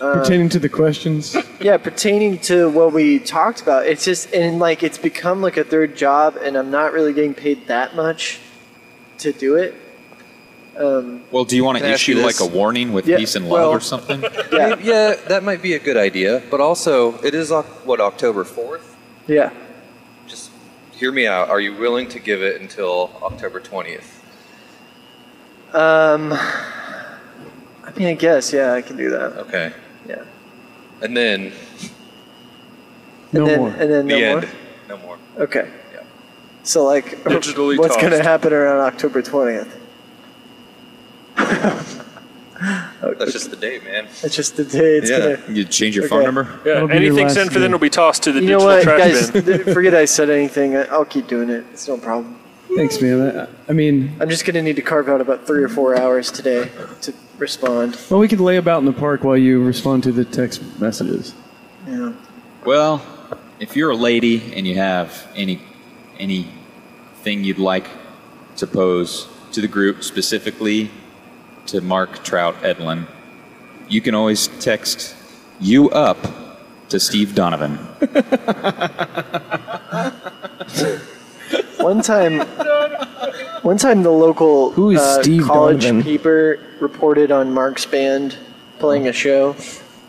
S5: um,
S3: Pertaining to the questions,
S5: yeah pertaining to what we talked about it's just and like it's become like a third job and i'm not really getting paid that much to do it um,
S2: Well, do you want
S10: Can
S2: to
S10: I ask
S2: issue
S10: you
S2: like
S10: this?
S2: a warning with
S5: Yeah,
S2: peace and love
S5: well-
S2: or something?
S5: yeah
S10: yeah, that might be a good idea, but also it is Oc- what October fourth.
S5: yeah
S10: hear me out. Are you willing to give it until October 20th?
S5: Um, I mean, I guess yeah, I can do that.
S10: Okay.
S5: Yeah.
S10: And then
S5: And
S10: No
S5: then,
S10: more.
S5: And then no
S10: The
S5: more.
S10: end. No more.
S5: Okay. Yeah. So like,
S10: Digitally
S5: what's going to
S10: tossed.
S5: happen around October twentieth?
S10: that's just the date, man.
S5: It's Oh, just the day. It's gonna.
S2: You change your
S5: Okay.
S2: phone number?
S5: Yeah, That'll be your anything sent last for them day. will
S8: be tossed to the
S5: you know
S8: digital
S5: what,
S8: trash
S5: guys?
S8: bin.
S5: th- forget I said anything. I- I'll keep doing it. It's no problem.
S3: Thanks, man. I, I mean,
S5: I'm just going to need to carve out about three or four hours today to respond.
S3: well, we could lay about in the park while you respond to the text messages.
S5: Yeah.
S2: Well, if you're a lady and you have any any thing you'd like to pose to the group specifically to Mark Trout Edlin, you can always text you up to Steve Donovan.
S5: One time, one time the local uh,
S6: Who is Steve
S5: college
S6: Donovan?
S5: paper reported on Mark's band playing a show,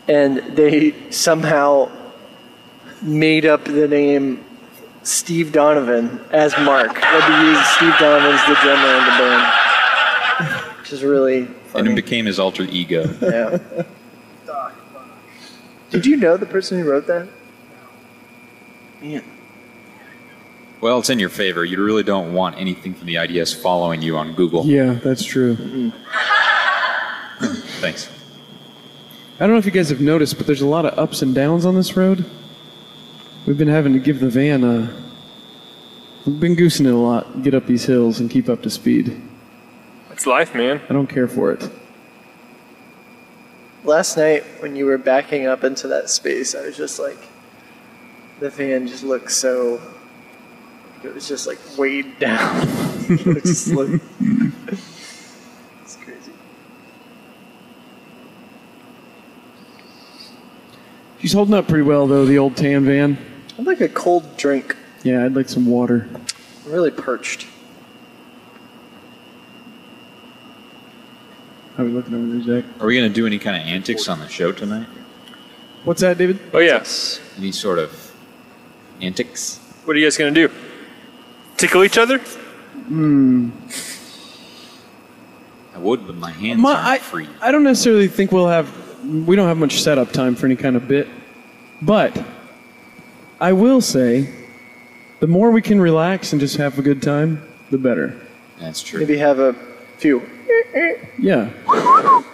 S5: and they somehow made up the name Steve Donovan as Mark. Like they used Steve Donovan's the drummer in the band, which is really
S2: and it became his alter ego.
S5: yeah. Did you know the person who wrote that? Man.
S2: Well, it's in your favor. You really don't want anything from the IDS following you on Google.
S3: Yeah, that's true.
S2: Thanks.
S3: I don't know if you guys have noticed, but there's a lot of ups and downs on this road. We've been having to give the van a. We've been goosing it a lot, get up these hills and keep up to speed.
S8: It's life, man.
S3: I don't care for it.
S5: Last night, when you were backing up into that space, I was just like, the van just looked so. It was just like weighed down. it just looked. It's crazy.
S3: She's holding up pretty well, though, the old tan van.
S5: I'd like a cold drink.
S3: Yeah, I'd like some water.
S5: I'm really perched.
S3: How are we looking over there, Zach?
S2: Are we going to do any kind of antics on the show tonight?
S3: What's that, David?
S8: Oh yes.
S2: Any sort of antics?
S8: What are you guys gonna do? Tickle each other?
S3: Hmm.
S2: I would, but my hands
S3: My,
S2: aren't
S3: I,
S2: free.
S3: I don't necessarily think we'll have. We don't have much setup time for any kind of bit. But I will say the more we can relax and just have a good time, the better.
S2: That's true.
S5: Maybe have a few.
S3: Yeah.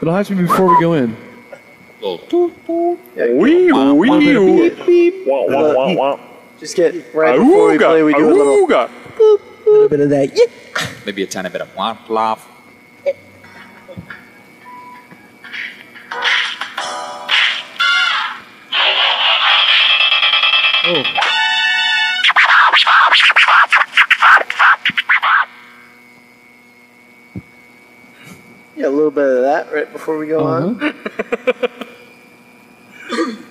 S3: It'll have to be before we go in.
S8: Wee wee
S3: wee.
S8: Wah wah wah wah.
S5: Just get right before we play, we do a little.
S8: Ooga.
S6: little bit of that. Yeah.
S2: Maybe a tiny bit of womp lop.
S3: Oh.
S5: Yeah, a little bit of that right before we go
S3: Mm-hmm. Uh-huh.
S5: on.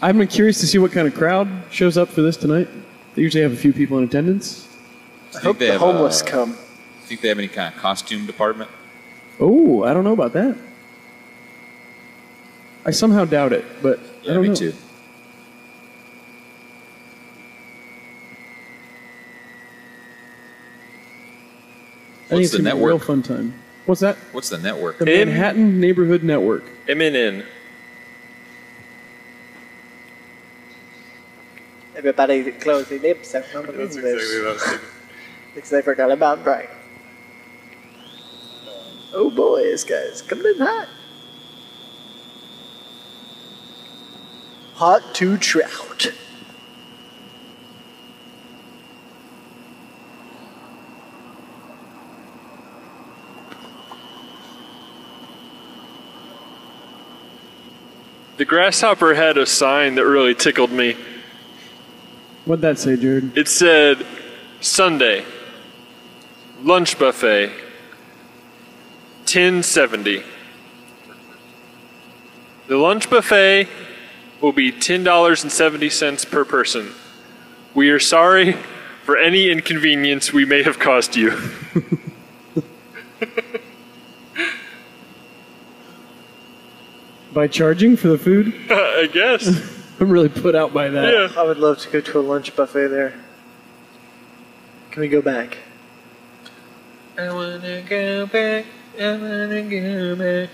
S3: I've been curious to see what kind of crowd shows up for this tonight. They usually have a few people in attendance.
S2: I
S5: Hope the homeless come.
S2: uh, think they have any kind of costume department.
S3: Oh, I don't know about that. I somehow doubt it, but I don't
S2: me
S3: know.
S2: too.
S3: I think
S2: What's
S3: it's
S2: the
S3: gonna be a
S2: network?
S3: real fun time. What's that?
S2: What's the network?
S3: The
S8: M-
S3: Manhattan Neighborhood Network.
S8: MNN.
S5: Everybody that close their lips. That's exactly
S8: what I was thinking.
S5: Because I forgot about Brian. Oh boy, this guy's coming in hot. Hot to trout.
S8: The grasshopper had a sign that really tickled me.
S3: What'd that say, Jared?
S8: It said Sunday lunch buffet 1070. The lunch buffet will be $10.70 per person. We are sorry for any inconvenience we may have caused you.
S3: By charging for the food?
S8: I guess.
S3: I'm really put out by that.
S8: Yeah.
S5: I would love to go to a lunch buffet there. Can we go back?
S11: I wanna go back. I wanna go back.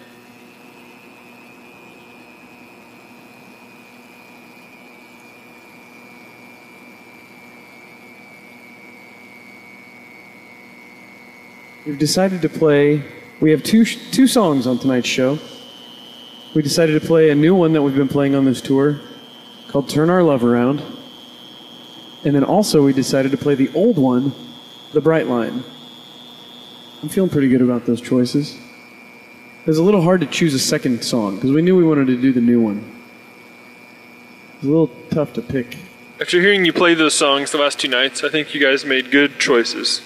S3: We've decided to play. We have two sh- two songs on tonight's show. We decided to play a new one that we've been playing on this tour called "Turn Our Love Around," and then also we decided to play the old one, "The Bright Line." I'm feeling pretty good about those choices. It was a little hard to choose a second song because we knew we wanted to do the new one. It was a little tough to pick.
S8: After hearing you play those songs the last two nights, I think you guys made good choices.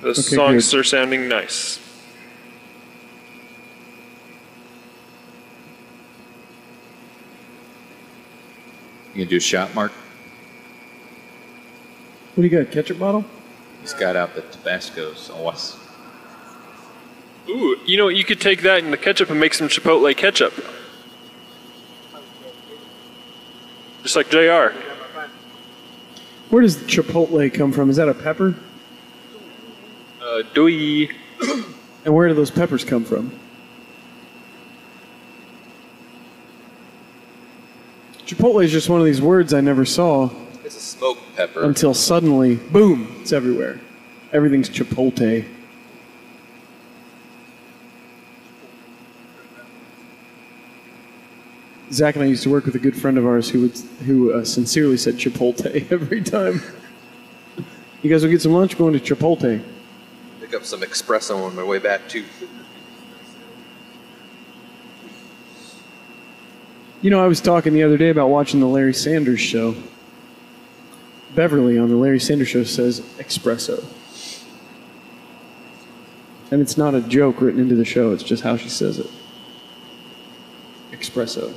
S8: The songs are sounding nice.
S2: You can do a shot, Mark.
S3: What do you got? Ketchup bottle?
S2: He's got out the Tabasco sauce.
S8: Ooh, you know, you could take that and the ketchup and make some Chipotle ketchup. Just like JR.
S3: Where does chipotle come from? Is that a pepper?
S8: Uh, doy.
S3: And where do those peppers come from? Chipotle is just one of these words I never saw
S10: It's a smoked pepper.
S3: until suddenly, boom, it's everywhere. Everything's chipotle. Zach and I used to work with a good friend of ours who would, who uh, sincerely said chipotle every time. You guys will get some lunch going to Chipotle.
S10: Pick up some espresso on my way back too.
S3: You know, I was talking the other day about watching the Larry Sanders show. Beverly on the Larry Sanders show says espresso. And it's not a joke written into the show, it's just how she says it. Espresso.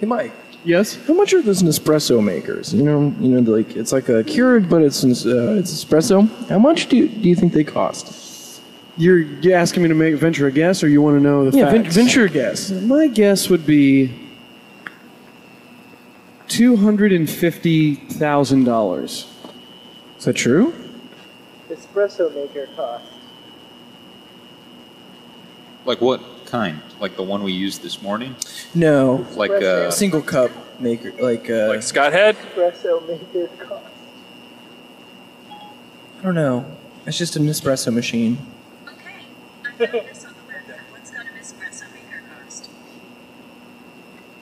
S6: Hey, Mike.
S3: Yes.
S6: How much are those Nespresso makers? You know, you know, like it's like a Keurig, but it's an- uh, it's espresso. How much do you, do you think they cost?
S3: You're g- asking me to make venture a guess, or you want to know the
S6: Yeah, ven-
S3: facts?
S6: venture a guess.
S3: My guess would be two hundred and fifty thousand dollars.
S6: Is that true?
S5: Espresso maker cost.
S2: Like what kind? Like the one we used this morning?
S6: No.
S2: Like uh,
S6: single cup maker, like uh,
S8: like Scott Head?
S5: Espresso maker cost.
S6: I don't know. It's just an espresso machine.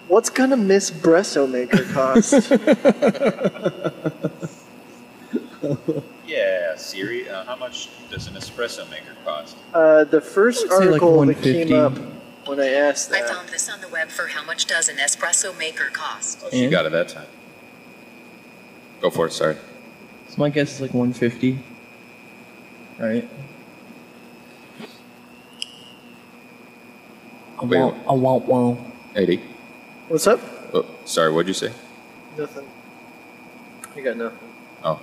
S5: What's gonna miss Bresso maker cost?
S2: Yeah, Siri. Uh, how much does an espresso maker cost?
S5: uh, the first
S2: I would say like
S5: article that came
S2: 150.
S5: up when I asked
S13: I
S5: that.
S13: found this on the web for how much does an espresso maker cost?
S2: Oh, she got it that time. Go for it. Sorry.
S6: So my guess is like 150. Right. I
S2: Wait.
S6: want, I want one.
S2: Eighty.
S5: What's up?
S2: Oh, sorry. What'd you say?
S5: Nothing. You got nothing.
S2: Oh,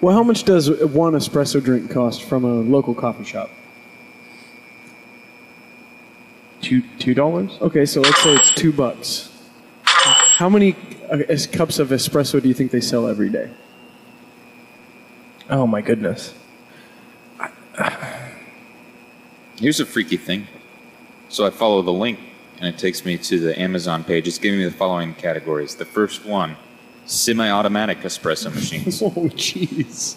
S3: Well, how much does one espresso drink cost from a local coffee shop?
S6: Two two dollars.
S3: Okay, so let's say it's two bucks. How many uh, es- cups of espresso do you think they sell every day?
S6: Oh my goodness.
S2: Here's a freaky thing. So I follow the link, and it takes me to the Amazon page. It's giving me the following categories. The first one, semi-automatic espresso machines.
S3: oh, jeez.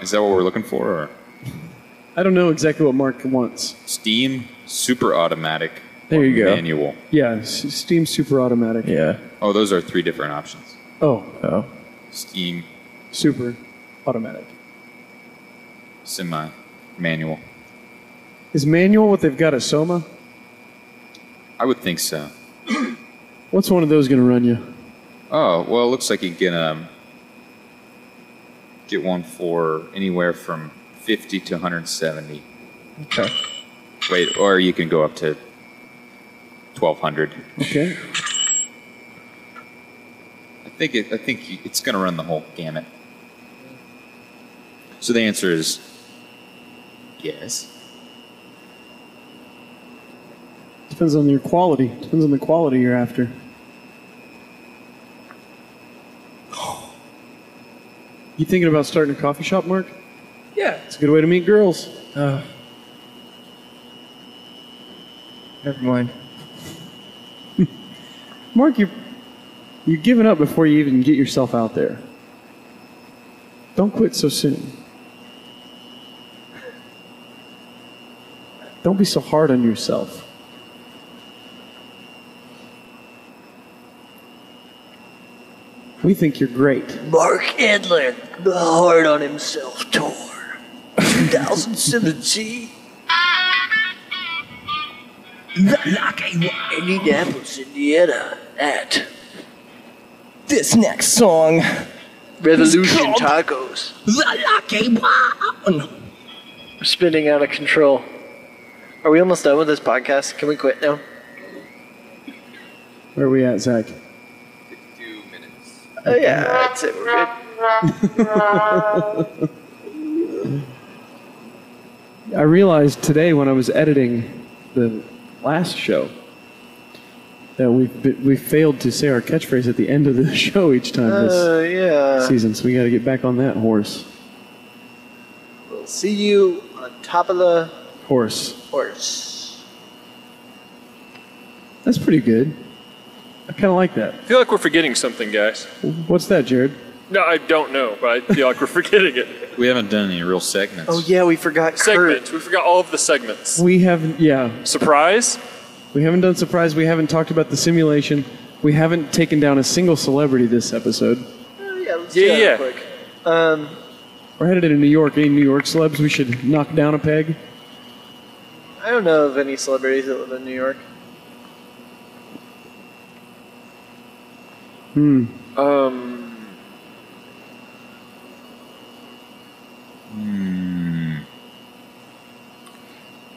S2: Is that what we're looking for? Or
S3: I don't know exactly what Mark wants.
S2: steam super automatic.
S3: There you go.
S2: Manual.
S3: Yeah, S- steam super automatic.
S6: Yeah.
S2: Oh, those are three different options.
S3: Oh,
S6: Oh.
S2: Steam,
S3: super automatic.
S2: semi, manual.
S3: Is manual what they've got at Soma?
S2: I would think so.
S3: What's one of those going to run you?
S2: Oh well, it looks like you can um, get one for anywhere from fifty to one hundred seventy.
S6: Okay.
S2: Wait, or you can go up to twelve hundred.
S3: Okay.
S2: think it, I think you- it's going to run the whole gamut. So the answer is yes.
S3: Depends on your quality. Depends on the quality you're after. You thinking about starting a coffee shop, Mark?
S6: Yeah.
S3: It's a good way to meet girls.
S6: Uh, never mind.
S3: Mark, you're you're giving up before you even get yourself out there. Don't quit so soon. Don't be so hard on yourself. We think you're great.
S7: Mark Edlin, the hard on himself tour, 2017. Indianapolis, Indiana, at
S6: This next song.
S5: Revolution
S6: is called
S5: Tacos.
S6: The Lucky One.
S5: We're spinning out of control. Are we almost done with this podcast? Can we quit now?
S3: Where are we at, Zach?
S5: Oh, yeah, that's it. We're good.
S3: I realized today when I was editing the last show that we we failed to say our catchphrase at the end of the show each time
S5: Uh,
S3: this
S5: yeah.
S3: season, so we got to get back on that horse.
S5: We'll see you on top of the
S3: Horse.
S5: horse.
S3: That's pretty good. I kind of like that.
S8: I feel like we're forgetting something, guys.
S3: What's that, Jared?
S8: No, I don't know, but I feel like we're forgetting it.
S2: We haven't done any real segments.
S5: Oh yeah, we forgot Kurt.
S8: Segments. We forgot all of the segments.
S3: We have yeah.
S8: Surprise?
S3: We haven't done surprise. We haven't talked about the simulation. We haven't taken down a single celebrity this episode.
S5: Oh, yeah, let's
S8: Yeah,
S5: do
S8: yeah.
S5: that real quick. Um,
S3: We're headed into New York. Any New York celebs we should knock down a peg?
S5: I don't know of any celebrities that live in New York.
S3: Hmm.
S8: Um. Hmm.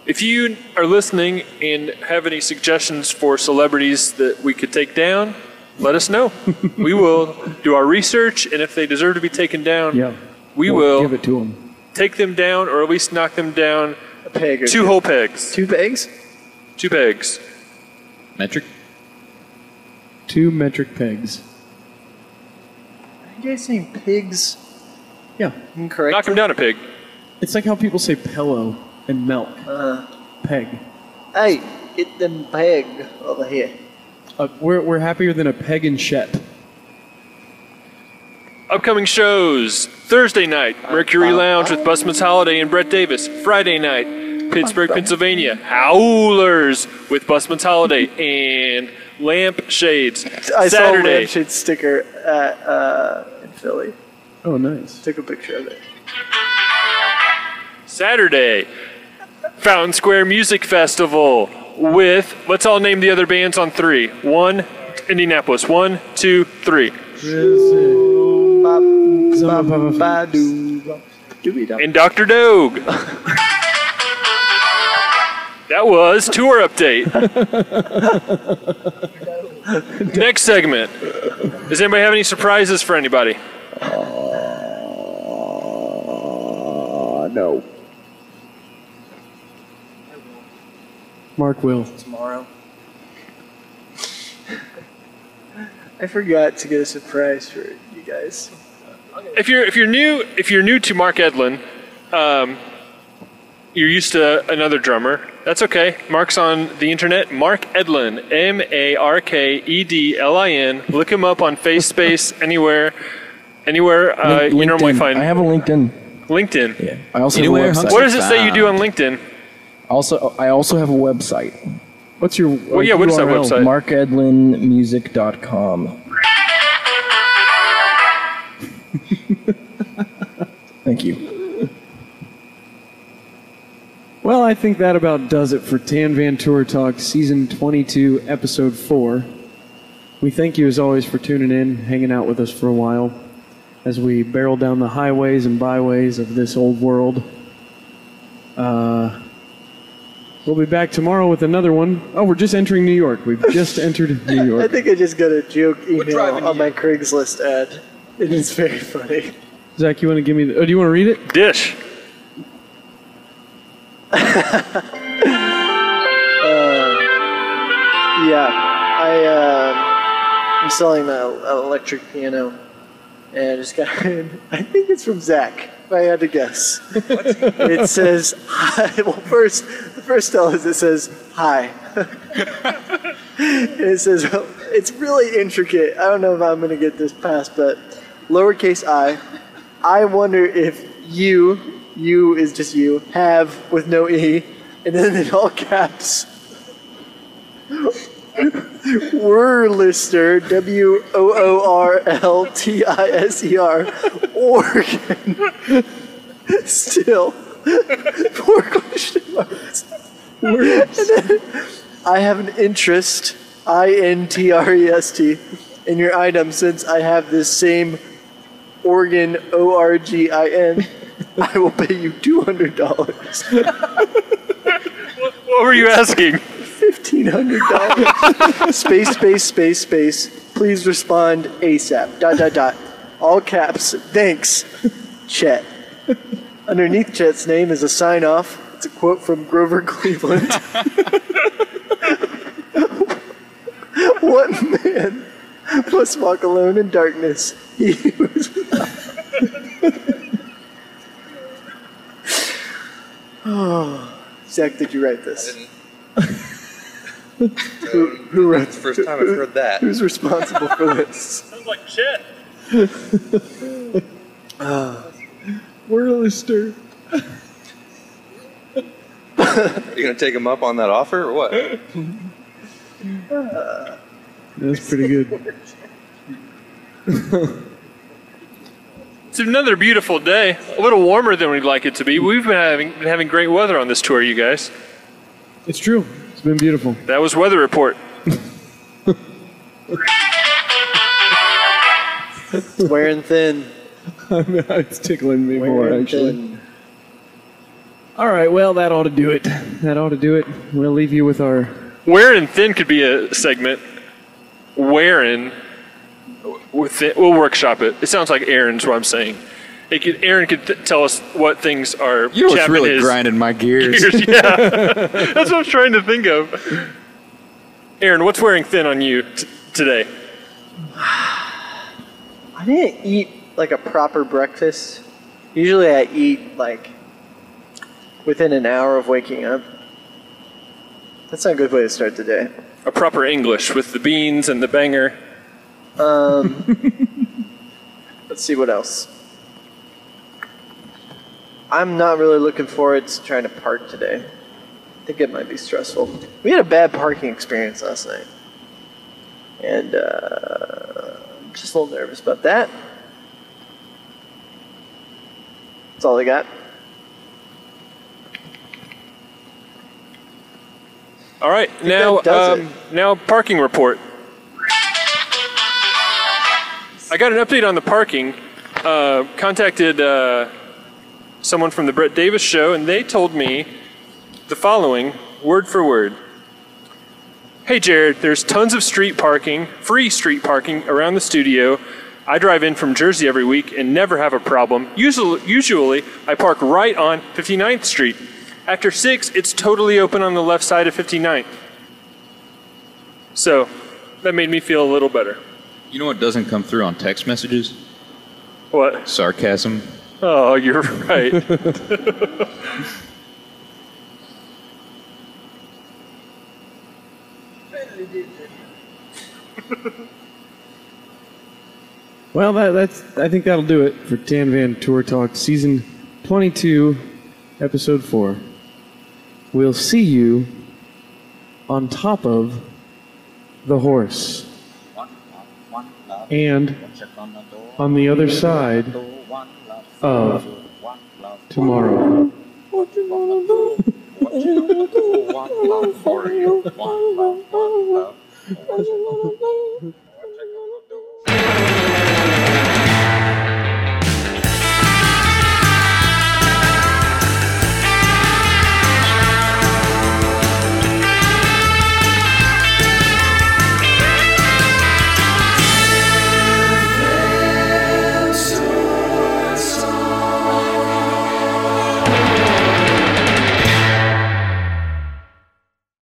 S8: If you are listening and have any suggestions for celebrities that we could take down, let us know. we will do our research, and if they deserve to be taken down,
S3: Yeah.
S8: we
S3: We'll
S8: will
S3: give it to them.
S8: take them down or at least knock them down
S5: A peg. Or
S8: two whole pegs.
S5: Two pegs.
S8: Two pegs.
S2: Metric?
S3: Two metric pegs.
S5: Are you guys saying pigs?
S3: Yeah.
S5: Incorrect.
S8: Knock them down a peg.
S3: It's like how people say pillow and milk.
S8: Uh-huh.
S5: Uh,
S3: Peg.
S5: hey, get them peg over here.
S3: Uh, we're, we're happier than a peg and shet.
S8: Upcoming shows Thursday night, Mercury Lounge with Busman's Holiday and Brett Davis. Friday night, Pittsburgh, Pennsylvania, Howlers with Busman's Holiday and Lamp Shades.
S5: I saw a
S8: Saturday,
S5: lampshade sticker at uh, in Philly.
S3: Oh, nice.
S5: Took a picture of it.
S8: Saturday, Fountain Square Music Festival with, let's all name the other bands on three. One, Indianapolis. One, two, three. And Dr. Dogue. that was tour update. Next segment. Does anybody have any surprises for anybody?
S3: Uh, no. Mark will.
S5: Tomorrow. I forgot to get a surprise for you guys.
S8: If you're if you're new if you're new to Mark Edlin, um, you're used to another drummer. That's okay. Mark's on the internet. Mark Edlin, M A R K E D L I N. Look him up on FaceSpace anywhere, anywhere uh,
S6: Link-
S8: you normally
S6: LinkedIn.
S8: find
S6: I have a LinkedIn.
S8: LinkedIn.
S6: Yeah. I also
S2: Anywhere
S6: have a website.
S8: What does it say you do on LinkedIn?
S6: Also, I also have a website.
S3: What's your. uh,
S8: Well, yeah, what is that
S3: URL?
S8: website?
S6: MarkEdlinMusic.com. Thank you.
S3: Well, I think that about does it for Tan Van Tour Talk Season 22, Episode 4. We thank you as always for tuning in, hanging out with us for a while as we barrel down the highways and byways of this old world. Uh, We'll be back tomorrow with another one. Oh, we're just entering New York. We've just entered New
S5: I
S3: York.
S5: think I just got a joke email on my Craigslist ad. It is very funny.
S3: Zach, you want to give me? The, oh, do you want to read it?
S8: Dish.
S5: Yeah, I uh, I'm selling a, an electric piano, and I just got. I think it's from Zach. If I had to guess, it says hi. Well, first the first tell is it says hi. and it says it's really intricate. I don't know if I'm gonna get this past, but lowercase i. I wonder if you you is just you have with no e, and then in all caps. Wurlister, W O O R L T I S E R, Oregon. Still, four question marks. And then, I have an interest, I N T R E S T, in your item since I have this same Oregon, O R G I N. I will pay you $200.
S8: What were you asking?
S5: Fifteen hundred dollars. space, space, space, space. Please respond ASAP. Dot dot dot. All caps. Thanks, Chet. Underneath Chet's name is a sign off. It's a quote from Grover Cleveland. what man must walk alone in darkness? He was Oh, Zach, did you write this? who, who wrote
S10: That's the first time I've
S5: who-
S10: heard that.
S5: Who's responsible for this?
S8: Sounds like shit.
S5: Ah.
S3: Whirlister.
S10: Are you gonna take him up on that offer or what?
S3: That's pretty good.
S8: It's another beautiful day. A little warmer than we'd like it to be. We've been having been having great weather on this tour, you guys.
S3: It's true. It's been beautiful.
S8: That was weather report.
S5: It's wearing thin.
S3: it's tickling me more
S5: Wearing
S3: actually.
S5: thin.
S3: All right. Well, that ought to do it. That ought to do it. We'll leave you with our
S8: Where and thin could be a segment. Wherein, within, we'll workshop it. It sounds like Aaron's what I'm saying. It could, Aaron could th- tell us what things are.
S2: You know what's
S8: chapping
S2: really
S8: his
S2: grinding my gears?
S8: ears. Yeah, that's what I'm trying to think of. Aaron, what's wearing thin on you t- today?
S5: I didn't eat like a proper breakfast. Usually I eat like within an hour of waking up. That's not a good way to start the day.
S8: A proper English with the beans and the banger.
S5: Um, let's see what else. I'm not really looking forward to trying to park today. I think it might be stressful. We had a bad parking experience last night. And uh, I'm just a little nervous about that. That's all I got.
S8: All right, now
S5: that does
S8: um, now parking report. I got an update on the parking. Uh, contacted uh, someone from the Brett Davis show, and they told me the following, word for word. Hey Jared, there's tons of street parking, free street parking around the studio. I drive in from Jersey every week and never have a problem. Usually, usually I park right on 59th Street. After 6, it's totally open on the left side of 59th. So, that made me feel a little better.
S2: You know what doesn't come through on text messages?
S8: What?
S2: Sarcasm.
S8: Oh, you're right.
S3: Well, that, that's. I think that'll do it for Tan Van Tour Talk, season 22, episode four. We'll see you on top of the horse, and on the other side of tomorrow.
S1: One love for you. One love, one love.